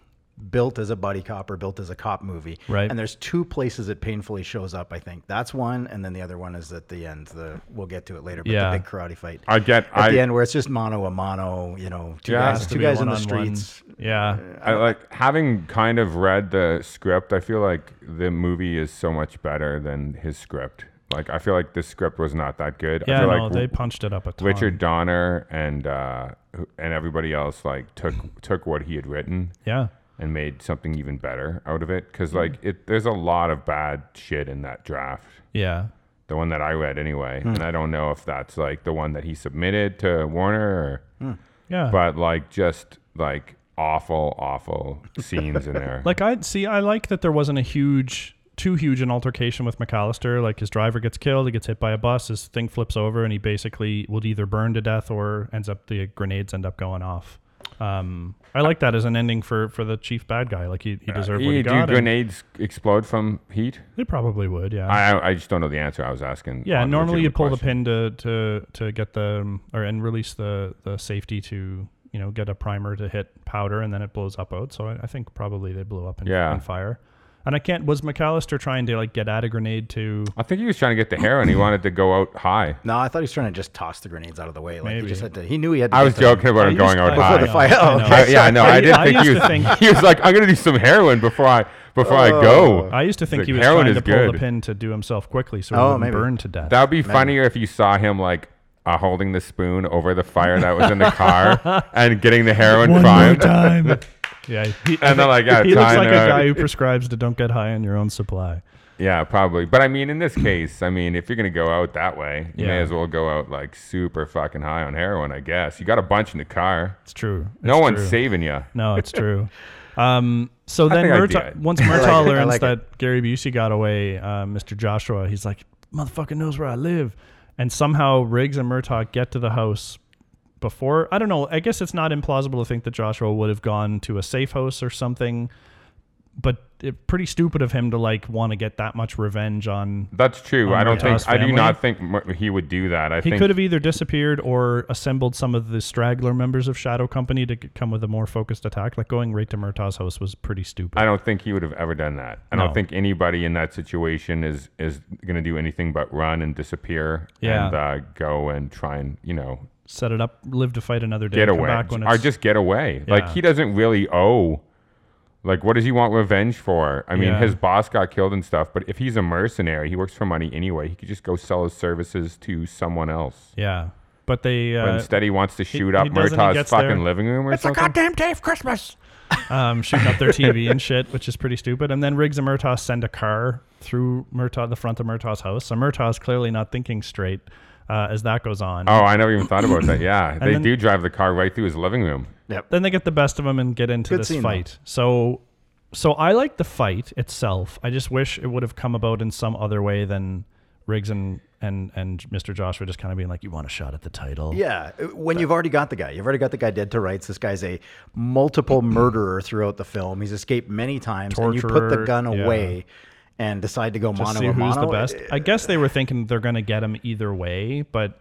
C: built as a buddy cop or built as a cop movie.
A: Right.
C: And there's two places it painfully shows up, I think. That's one, and then the other one is at the end. The we'll get to it later, but
A: Yeah.
C: the big karate fight.
B: I get.
C: at the
B: I,
C: end where it's just mano a mano, you know, two
B: Yeah.
C: guys,
B: Has
A: to
C: two
A: be
C: guys in the
A: one-on-one.
C: streets.
A: Yeah,
B: I like having kind of read the script. I feel like the movie is so much better than his script. Like I feel like the script was not that good. I
A: yeah.
B: feel
A: No,
B: like
A: they punched it up a ton.
B: Richard Donner and uh, who- and everybody else like took took what he had written
A: Yeah,
B: and made something even better out of it.
A: Hmm.
B: Because like it, there's a lot of bad shit in that draft.
A: yeah.
B: The one that I read anyway,
A: Hmm.
B: and I don't know if that's like the one that he submitted to Warner, or,
A: Yeah.
B: but like just like awful, awful scenes in there.
A: Like I see, I like that there wasn't a huge, too huge an altercation with McAllister. Like his driver gets killed, he gets hit by a bus, his thing flips over, and he basically would either burn to death or ends up the grenades end up going off. Um, I like that as an ending for for the chief bad guy. Like he, he deserved what
B: Yeah,
A: he
B: do
A: got. and
B: grenades explode from heat?
A: They probably would. Yeah.
B: I I- I just don't know the answer. I was asking.
A: Yeah,
B: on a
A: normally you
B: legitimate
A: pull
B: question.
A: the pin to, to to get the um, or and release the the safety to you know get a primer to hit powder and then it blows up out. So I, I think probably they blew up in,
B: Yeah.
A: in fire. And I can't. Was McAllister trying to like get at a grenade to?
B: I think he was trying to get the hair, and he wanted to go out high.
C: No, I thought he was trying to just toss the grenades out of the way. Like
A: Maybe.
C: he just had to. He knew he had. To
B: I
C: get
B: was
C: to them.
B: joking about him going out
A: I
B: high.
A: know,
C: fire. Oh,
A: know.
B: I, yeah, I know. I,
A: I-
B: didn't
A: I
B: think he
A: used
B: was.
A: to think-
B: he was like, "I'm gonna do some heroin before I before I go."
A: I used to think
B: Like,
A: he was
B: heroin
A: trying
B: is
A: to pull the
B: good.
A: pin to do himself quickly so he
C: Oh,
A: wouldn't
C: maybe.
A: burn to death.
B: That would be funnier if you saw him like uh, holding the spoon over the fire that was in the car and getting the heroin primed.
A: time. yeah, he,
B: And they're like, "Yeah,
A: he looks
B: time
A: like a
B: out."
A: guy who prescribes to don't get high on your own supply.
B: Yeah, probably. But I mean, in this case, I mean, if you're gonna go out that way, you may
A: Yeah.
B: as well go out like super fucking high on heroin. I guess you got a bunch in the car.
A: It's true.
B: No
A: It's
B: one's
A: true.
B: saving you.
A: No, it's true. Um, so then
B: think I
A: Murtaugh,
B: did.
A: once Murtaugh
C: it. I
A: learns
C: like it.
A: that Gary Busey got away, uh, Mr. Joshua, he's like, motherfucker knows where I live. And somehow Riggs and Murtaugh get to the house before. I don't know. I guess it's not implausible to think that Joshua would have gone to a safe house or something. but it, pretty stupid of him to like want to get that much revenge on.
B: That's true.
A: On
B: I don't
A: Murtaugh's
B: think I do
A: family?
B: not think Mur- he would do that. I
A: He
B: think
A: could have either disappeared or assembled some of the straggler members of Shadow Company to c- come with a more focused attack. Like going right to Murtaugh's house was pretty stupid.
B: I don't think he would have ever done that. I
A: No.
B: don't think anybody in that situation is is going to do anything but run and disappear
A: Yeah.
B: and uh, go and try and you know
A: Set it up, live to fight another day,
B: get
A: come
B: away
A: back when
B: or
A: it's
B: just get away. Like
A: Yeah.
B: he doesn't really owe. Like what does he want revenge for? I mean,
A: Yeah.
B: his boss got killed and stuff. But if he's a mercenary, he works for money anyway. He could just go sell his services to someone else.
A: yeah. But they
B: But
A: uh,
B: instead, he wants to shoot
A: he
B: up
A: doesn't, he
B: Murtaugh's
A: gets
B: fucking
A: there.
B: living room or something.
A: um, shooting up their TV and shit, which is pretty stupid. And then Riggs and Murtaugh send a car through Murtaugh, the front of Murtaugh's house. So Murtaugh's clearly not thinking straight uh, as that goes on.
B: Oh, I never even thought about that. Yeah, they
A: then-
B: do drive the car right through his living room.
A: Then they get the best of him and get into
C: Good
A: this
C: scene, though.
A: fight. So, so I like the fight itself. I just wish it would have come about in some other way than Riggs and and and Mr. Joshua just kind of being like, "You want a shot at the title?"
C: Yeah, uh, when you've already got the guy, you've already got the guy dead to rights. This guy's a multiple murderer throughout the film. He's escaped many times, and you put the
A: Torturer,
C: gun
A: yeah.
C: away and decide to go
A: to
C: mono
A: see
C: a
A: who's
C: mono. eh,
A: the best. I guess they were thinking they're going to get him either way, but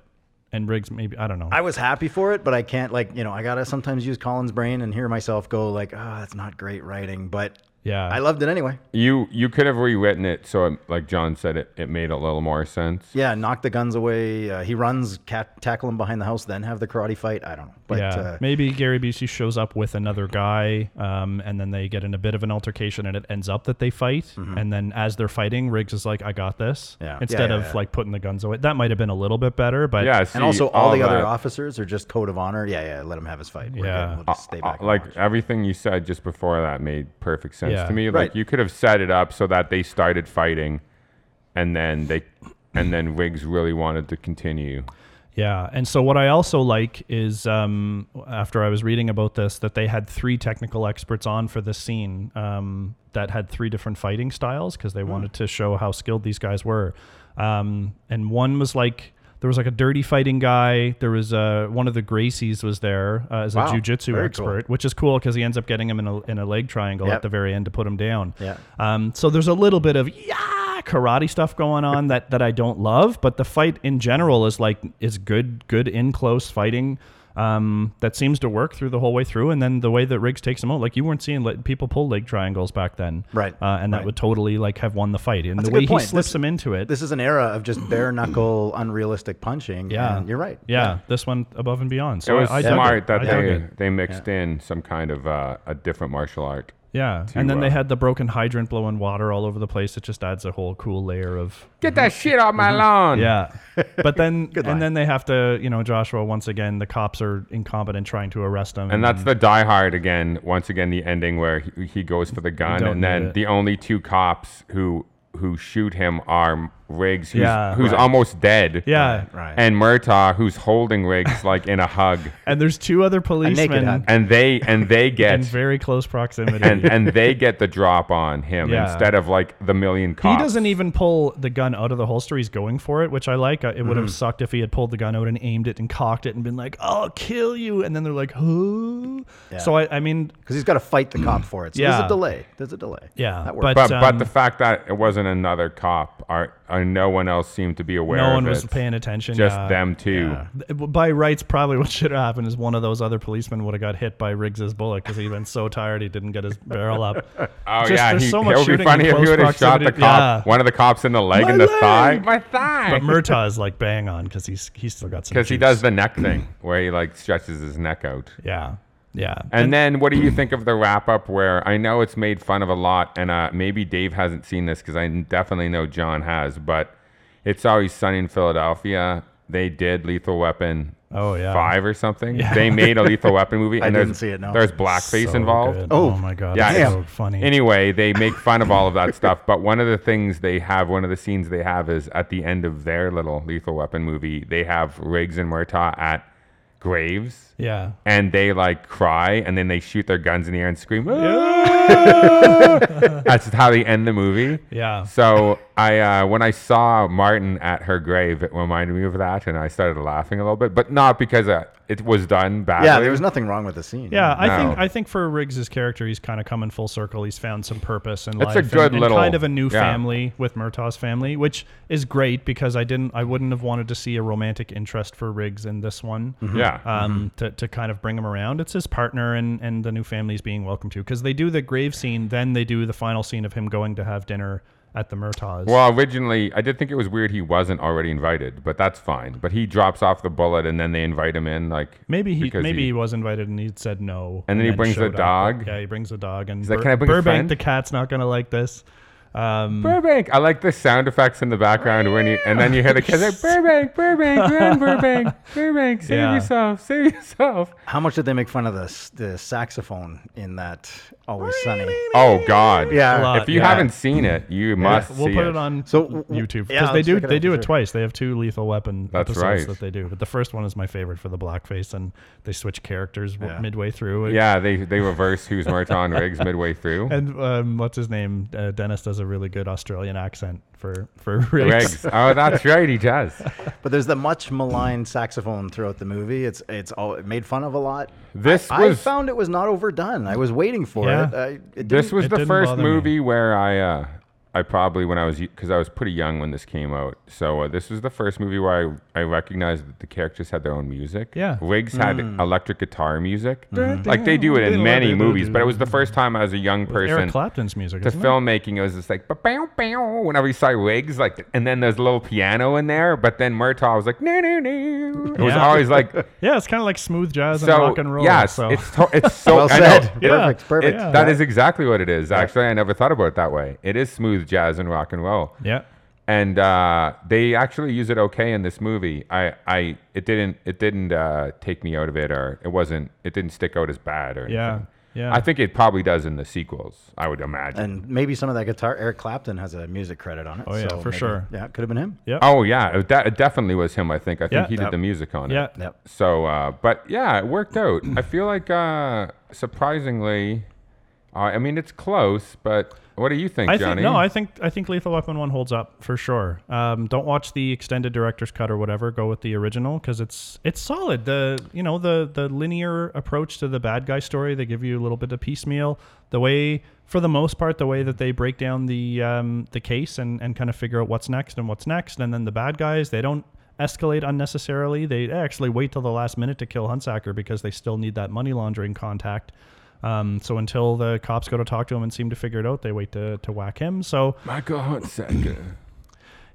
A: and Riggs maybe I don't know.
C: I was happy for it, but I can't like you know I gotta sometimes use Colin's brain and hear myself go like, oh, that's not great writing, but
A: Yeah.
C: I loved it anyway.
B: You you could have rewritten it so, it, like John said, it, it made a little more sense.
C: Yeah, knock the guns away. Uh, he runs, cat, tackle him behind the house, then have the karate fight. I don't know, but
A: yeah,
C: uh,
A: maybe Gary Busey shows up with another guy, um, and then they get in a bit of an altercation, and it ends up that they fight. And then as they're fighting, Riggs is like, "I got this,"
C: Mm-hmm. Yeah.
A: instead
C: Yeah, yeah,
A: of
C: yeah.
A: like putting the guns away. That might have been a little bit better, but
B: Yeah, see,
C: and also all, the other
B: that.
C: officers are just code of honor. Yeah, yeah, let him have his fight. We're
A: Yeah.
C: good. we'll just stay
B: Uh,
C: back. and
B: like
C: watch.
B: everything you said just before that made perfect sense
A: Yeah.
B: to me.
C: Right.
B: Like you could have set it up so that they started fighting, and then they, and then Riggs really wanted to continue.
A: Yeah, and so what I also like is um, after I was reading about this that they had three technical experts on for this scene um, that had three different fighting styles because
C: Hmm.
A: they wanted to show how skilled these guys were. Um, and one was like there was like a dirty fighting guy. There was uh, one of the Gracies was there uh, as
C: Wow,
A: a jujitsu
C: very
A: expert, which is cool because he ends up getting him in a in a leg triangle
C: Yep.
A: at the very end to put him down.
C: Yeah.
A: Um, so there's a little bit of yeah karate stuff going on that that I don't love, but the fight in general is like is good good in close fighting. Um, that seems to work through the whole way through, and then the way that Riggs takes him out, like you weren't seeing like, people pull leg triangles back then,
C: Right,
A: Uh, and that
C: right.
A: would totally like have won the fight. And
C: That's
A: the
C: a good
A: way he
C: point.
A: slips
C: This-
A: him into it,
C: This is an era of just bare knuckle, unrealistic punching.
A: yeah,
C: and you're right.
A: Yeah, this one above and beyond.
B: It
A: So
B: was
A: I, I dug
B: smart
A: it.
B: that
A: I dug
B: they
A: it.
B: they mixed in some kind of uh, a different martial art.
A: Yeah, and then
B: uh,
A: they had the broken hydrant blowing water all over the place. It just adds a whole cool layer of
B: Get that shit off my lawn.
A: Mm-hmm. yeah. But then and
C: line.
A: then they have to, you know, Joshua once again. The cops are incompetent trying to arrest him.
B: And that's the Die Hard again. Once again, the ending where he, he goes for the gun,
A: don't
B: and then
A: need it.
B: the only two cops who who shoot him are Riggs, who's,
A: Yeah,
B: who's
A: right.
B: almost dead,
A: yeah.
C: Right.
B: and Murtaugh, who's holding Riggs like in a hug,
A: And there's two other
C: hug.
A: policemen
B: and they and they
A: in
B: get
A: very close proximity.
B: and and they get the drop on him
A: Yeah.
B: instead of like the million
A: he
B: cops.
A: doesn't even pull the gun out of the holster. He's going for it, which I like. Uh, It
B: Mm-hmm.
A: would have sucked if he had pulled the gun out and aimed it and cocked it and been like, "I'll kill you," and then they're like, "Who?" So I, I mean,
C: Because he's got to fight the cop for it. So there's
A: Yeah.
C: a delay. There's a delay.
A: yeah,
C: That works.
A: but,
B: But but
A: um,
B: the fact that it wasn't another cop, or, or no one else seemed to be aware.
A: no
B: of
A: one was
B: it.
A: paying attention.
B: Just
A: yeah.
B: them two.
A: by rights, probably what should have happened is one of those other policemen would have got hit by Riggs's bullet because he'd been so tired he didn't get his barrel up.
B: Oh
A: Just-
B: yeah,
A: there's
B: he,
A: so much
B: it would
A: shooting
B: be funny
A: in
B: if he
A: close
B: would have shot the
A: proximity.
B: cop,
A: Yeah.
B: one of the cops in the leg and the thigh, my thigh,
A: But Murtaugh is like bang on because he's he's still got some.
B: because he
A: juice.
B: does the neck thing where he like stretches his neck out.
A: Yeah, yeah.
B: And then, what do you think of the wrap up? Where I know it's made fun of a lot, and uh, maybe Dave hasn't seen this because I definitely know John has. But it's always sunny in Philadelphia. They did Lethal Weapon.
A: Oh, yeah.
B: five or something. They made a Lethal Weapon movie.
C: I
B: and there's-
C: didn't see it, no.
B: There's blackface
A: So
B: involved.
A: good.
C: Oh,
A: Oh, my god,
B: yeah,
A: yeah,
B: it's-
A: so funny.
B: Anyway, they make fun of all of that stuff. But one of the things they have, one of the scenes they have is at the end of their little Lethal Weapon movie, they have Riggs and Murtaugh at graves
A: yeah,
B: and they like cry and then they shoot their guns in the air and scream. "Ah!" That's how they end the movie.
A: yeah.
B: So I uh, when I saw Martin at her grave, it reminded me of that, and I started laughing a little bit, but not because uh, it was done badly.
C: Yeah, there was nothing wrong with the scene.
A: Yeah, I think
B: No.
A: I think for Riggs's character, he's kind of coming full circle. He's found some purpose in
B: It's a
A: life,
B: good
A: and,
B: little-
A: and kind of a new
B: yeah.
A: family with Murtaugh's family, which is great because I didn't, I wouldn't have wanted to see a romantic interest for Riggs in this one.
B: Yeah.
C: Uh,
A: Um, to, to kind of bring him around. It's his partner and, and the new family's being welcomed to because they do the grave scene, then they do the final scene of him going to have dinner at the Murtaugh's.
B: Well, originally, I did think it was weird he wasn't already invited, but that's fine. But he drops off the bullet, and then they invite him in. Like
A: Maybe he
B: because
A: maybe he, was invited and he said no.
B: And then he brings the
A: showed up.
B: dog.
A: Yeah, he brings the dog and
B: like,
A: Bur-
B: "Can I bring a
A: Burbank
B: friend?"
A: the cat's not gonna like this. Um,
B: Burbank. I like the sound effects in the background when you, and then you hear the kids like Burbank, Burbank, run, Burbank, Burbank, save
A: Yeah.
B: yourself, save yourself.
C: How much did they make fun of the s- the saxophone in that Always Sunny?
B: Oh God.
A: A
C: Yeah.
A: lot,
B: If you
A: yeah.
B: haven't seen it, you must
A: we'll
B: see
A: put it, on
C: So,
A: so,
C: w- w-
A: YouTube because
C: yeah,
A: they
C: let's
A: do
C: check it out
A: they do
C: for
A: it
C: sure.
A: twice. They have two Lethal Weapon
B: That's
A: episodes
B: right.
A: that they do, but the first one is my favorite for the blackface, and they switch characters w-
C: Yeah.
A: midway through.
B: Yeah, they they reverse who's Martin Riggs midway through.
A: and um, what's his name? Uh, Dennis does a really good Australian accent for for Riggs.
B: Riggs. Oh, that's right, he does.
C: But there's the much maligned saxophone throughout the movie. It's it's all it made fun of a lot.
B: This
C: I
B: was
C: found it was not overdone. I was waiting for
A: Yeah.
C: it. I, it
B: this
C: didn't-
B: was
A: It
B: the
A: didn't
B: first
A: bother me.
B: movie where I uh, I probably when I was because I was pretty young when this came out. So uh, this was the first movie where I I recognized that the characters had their own music.
A: Yeah. Mm-hmm.
B: Riggs had electric guitar music, Mm. like they do it in many movies. But it was the first time as a young
A: Eric
B: person.
A: Clapton's music.
B: The
A: isn't it?
B: filmmaking it was just like "Ba-bow, bow," whenever you saw Riggs, like, and then there's a little piano in there. But then Murtaugh was like, no, no, no. It was
A: Yeah.
B: always like,
A: Yeah, it's kind of like smooth jazz and
B: so
A: rock and roll.
B: yes,
A: so.
B: it's to- it's so
C: well
B: I know.
C: said.
A: Yeah.
C: Perfect. Perfect.
B: It, That is exactly what it is. Actually, I never thought about it that way. It is smooth jazz and rock and roll,
A: yeah.
B: and uh, they actually use it okay in this movie. I, I, it didn't, it didn't uh, take me out of it, or it wasn't, it didn't stick out as bad, or
A: Yeah,
B: anything.
A: yeah.
B: I think it probably does in the sequels. I would imagine.
C: and maybe some of that guitar. Eric Clapton has a music credit on it.
A: Oh, yeah,
C: so
A: for
C: maybe-
A: sure.
C: Yeah, it could have been him.
A: Yeah.
B: oh yeah, it, that, it definitely was him. I think. I think
A: Yeah.
B: he did
A: Yep.
B: the music on
A: Yeah.
B: it.
C: Yep.
B: So, uh, but yeah, it worked out. I feel like uh, surprisingly, uh, I mean, it's close. But what do you think,
A: I
B: Johnny?
A: think no, I think I think Lethal Weapon one holds up for sure. Um, don't watch the extended director's cut or whatever. Go with the original because it's it's solid. The you know the the linear approach to the bad guy story. They give you a little bit of piecemeal. The way for the most part, the way that they break down the um, the case and and kind of figure out what's next and what's next, and then the bad guys they don't escalate unnecessarily. They actually wait till the last minute to kill Huntsacker because they still need that money laundering contact. Um, so until the cops go to talk to him and seem to figure it out, they wait to, to whack him. So
B: Michael Hunsaker.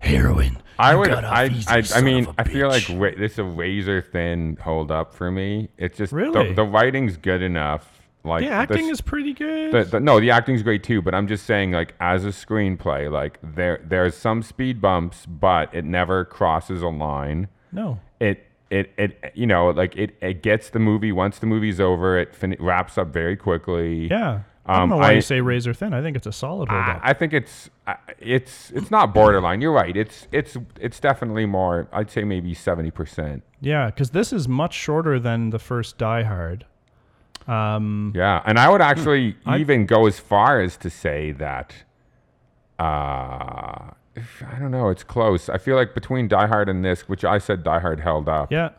A: heroin.
B: I would. I. I, I mean, I feel like ra- this is a razor thin hold up for me. It's just the-
A: Really?
B: the, writing's good enough. Like
A: the acting
B: this-
A: is pretty good.
B: The, the, no, the acting's great too, but I'm just saying, like as a screenplay, like there there's some speed bumps, but it never crosses a line.
A: no,
B: It it it you know like it it gets the movie once the movie's over. It fin- wraps up very quickly.
A: yeah. I don't
B: Um,
A: know why
B: I- Ah.
A: you say razor thin. I think it's a solid hold
B: I,
A: up.
B: I think it's I- it's it's not borderline. You're right. It's it's it's definitely more. I'd say maybe seventy percent.
A: Yeah, because this is much shorter than the first Die Hard. Hmm.
B: Yeah, and I would actually even go as far as to say that. Uh, if- I don't know. It's close. I feel like between Die Hard and this, which I said Die Hard held up.
A: Yeah,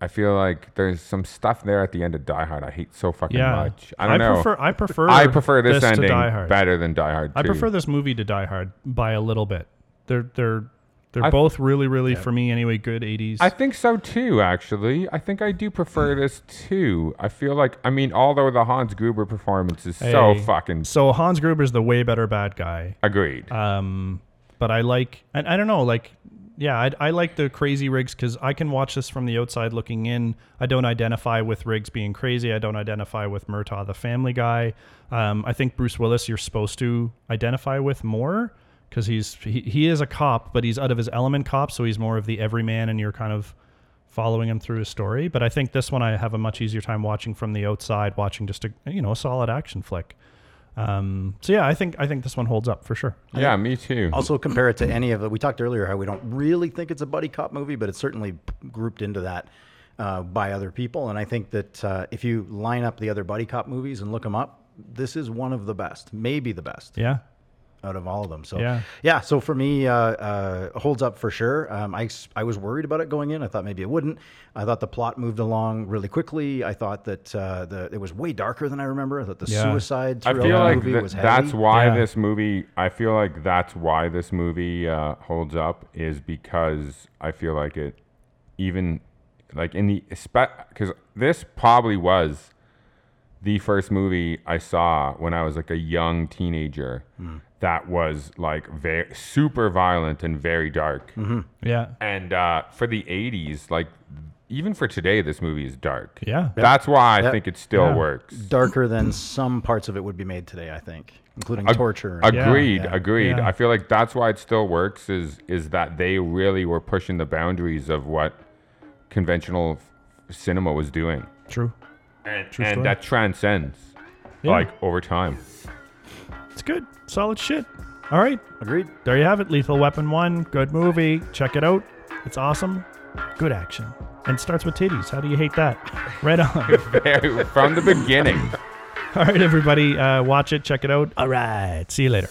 B: I feel like there's some stuff there at the end of Die Hard I hate so fucking
A: yeah.
B: much. I don't know.
A: Prefer, I prefer.
B: I prefer this, ending
A: to Die Hard.
B: better than Die Hard. 2.
A: I prefer this movie to Die Hard by a little bit. They're they're they're
B: I-
A: both really really for me anyway. Good eighties.
B: I think so too, actually. I think I do prefer this too. I feel like, I mean, although the Hans Gruber performance is so
A: Hey.
B: fucking
A: So Hans Gruber's the way better bad guy.
B: agreed.
A: Um, but I like, and I don't know, like, yeah, I, I like the crazy rigs because I can watch this from the outside looking in. I don't identify with Riggs being crazy. I don't identify with Murtaugh, the family guy. Um, I think Bruce Willis, you're supposed to identify with more because he's he, he is a cop, but he's out of his element cop, so he's more of the everyman, and you're kind of following him through his story. But I think this one I have a much easier time watching from the outside, watching just a you know a solid action flick. Um, so yeah, I think I think this one holds up for sure.
B: yeah, me too.
C: Also, compare it to any of the. We talked earlier how we don't really think it's a buddy cop movie, but it's certainly grouped into that uh, by other people. And I think that uh, if you line up the other buddy cop movies and look them up, this is one of the best, maybe the best.
A: Yeah.
C: out of all of them. So
A: Yeah.
C: So for me, uh, uh, holds up for sure. Um, I s- I was worried about it going in. I thought maybe it wouldn't. I thought the plot moved along really quickly. I thought that uh, the it was way darker than I remember. I thought the
A: Yeah.
C: suicide
B: I
C: thrill
B: feel like
C: movie
B: th-
C: was heavy.
B: that's why
A: Yeah.
B: this movie. I feel like that's why this movie uh, holds up is because I feel like it, even like in the because this probably was the first movie I saw when I was like a young teenager
C: Hmm.
B: that was like very super violent and very dark.
C: Mm-hmm.
A: Yeah.
B: And uh, for the '80s, like even for today, this movie is dark.
A: Yeah.
B: That's why I
C: Yep.
B: think it still
A: Yeah.
B: works.
C: darker than some parts of it would be made today. I think, including
B: Ag-
C: torture. and-
B: Agreed,
C: Yeah.
B: agreed.
A: Yeah.
B: I feel like that's why it still works is is that they really were pushing the boundaries of what conventional f- cinema was doing.
A: True.
B: And,
A: True
B: and
A: story.
B: that transcends
A: Yeah.
B: like over time.
A: It's good. Solid shit. All right.
C: Agreed.
A: There you have it. Lethal Weapon 1. Good movie. Check it out. It's awesome. Good action. And starts with titties. How do you hate that? Right on.
B: Very- From the beginning.
A: All right, everybody. Uh, watch it. Check it out. All right. See you later.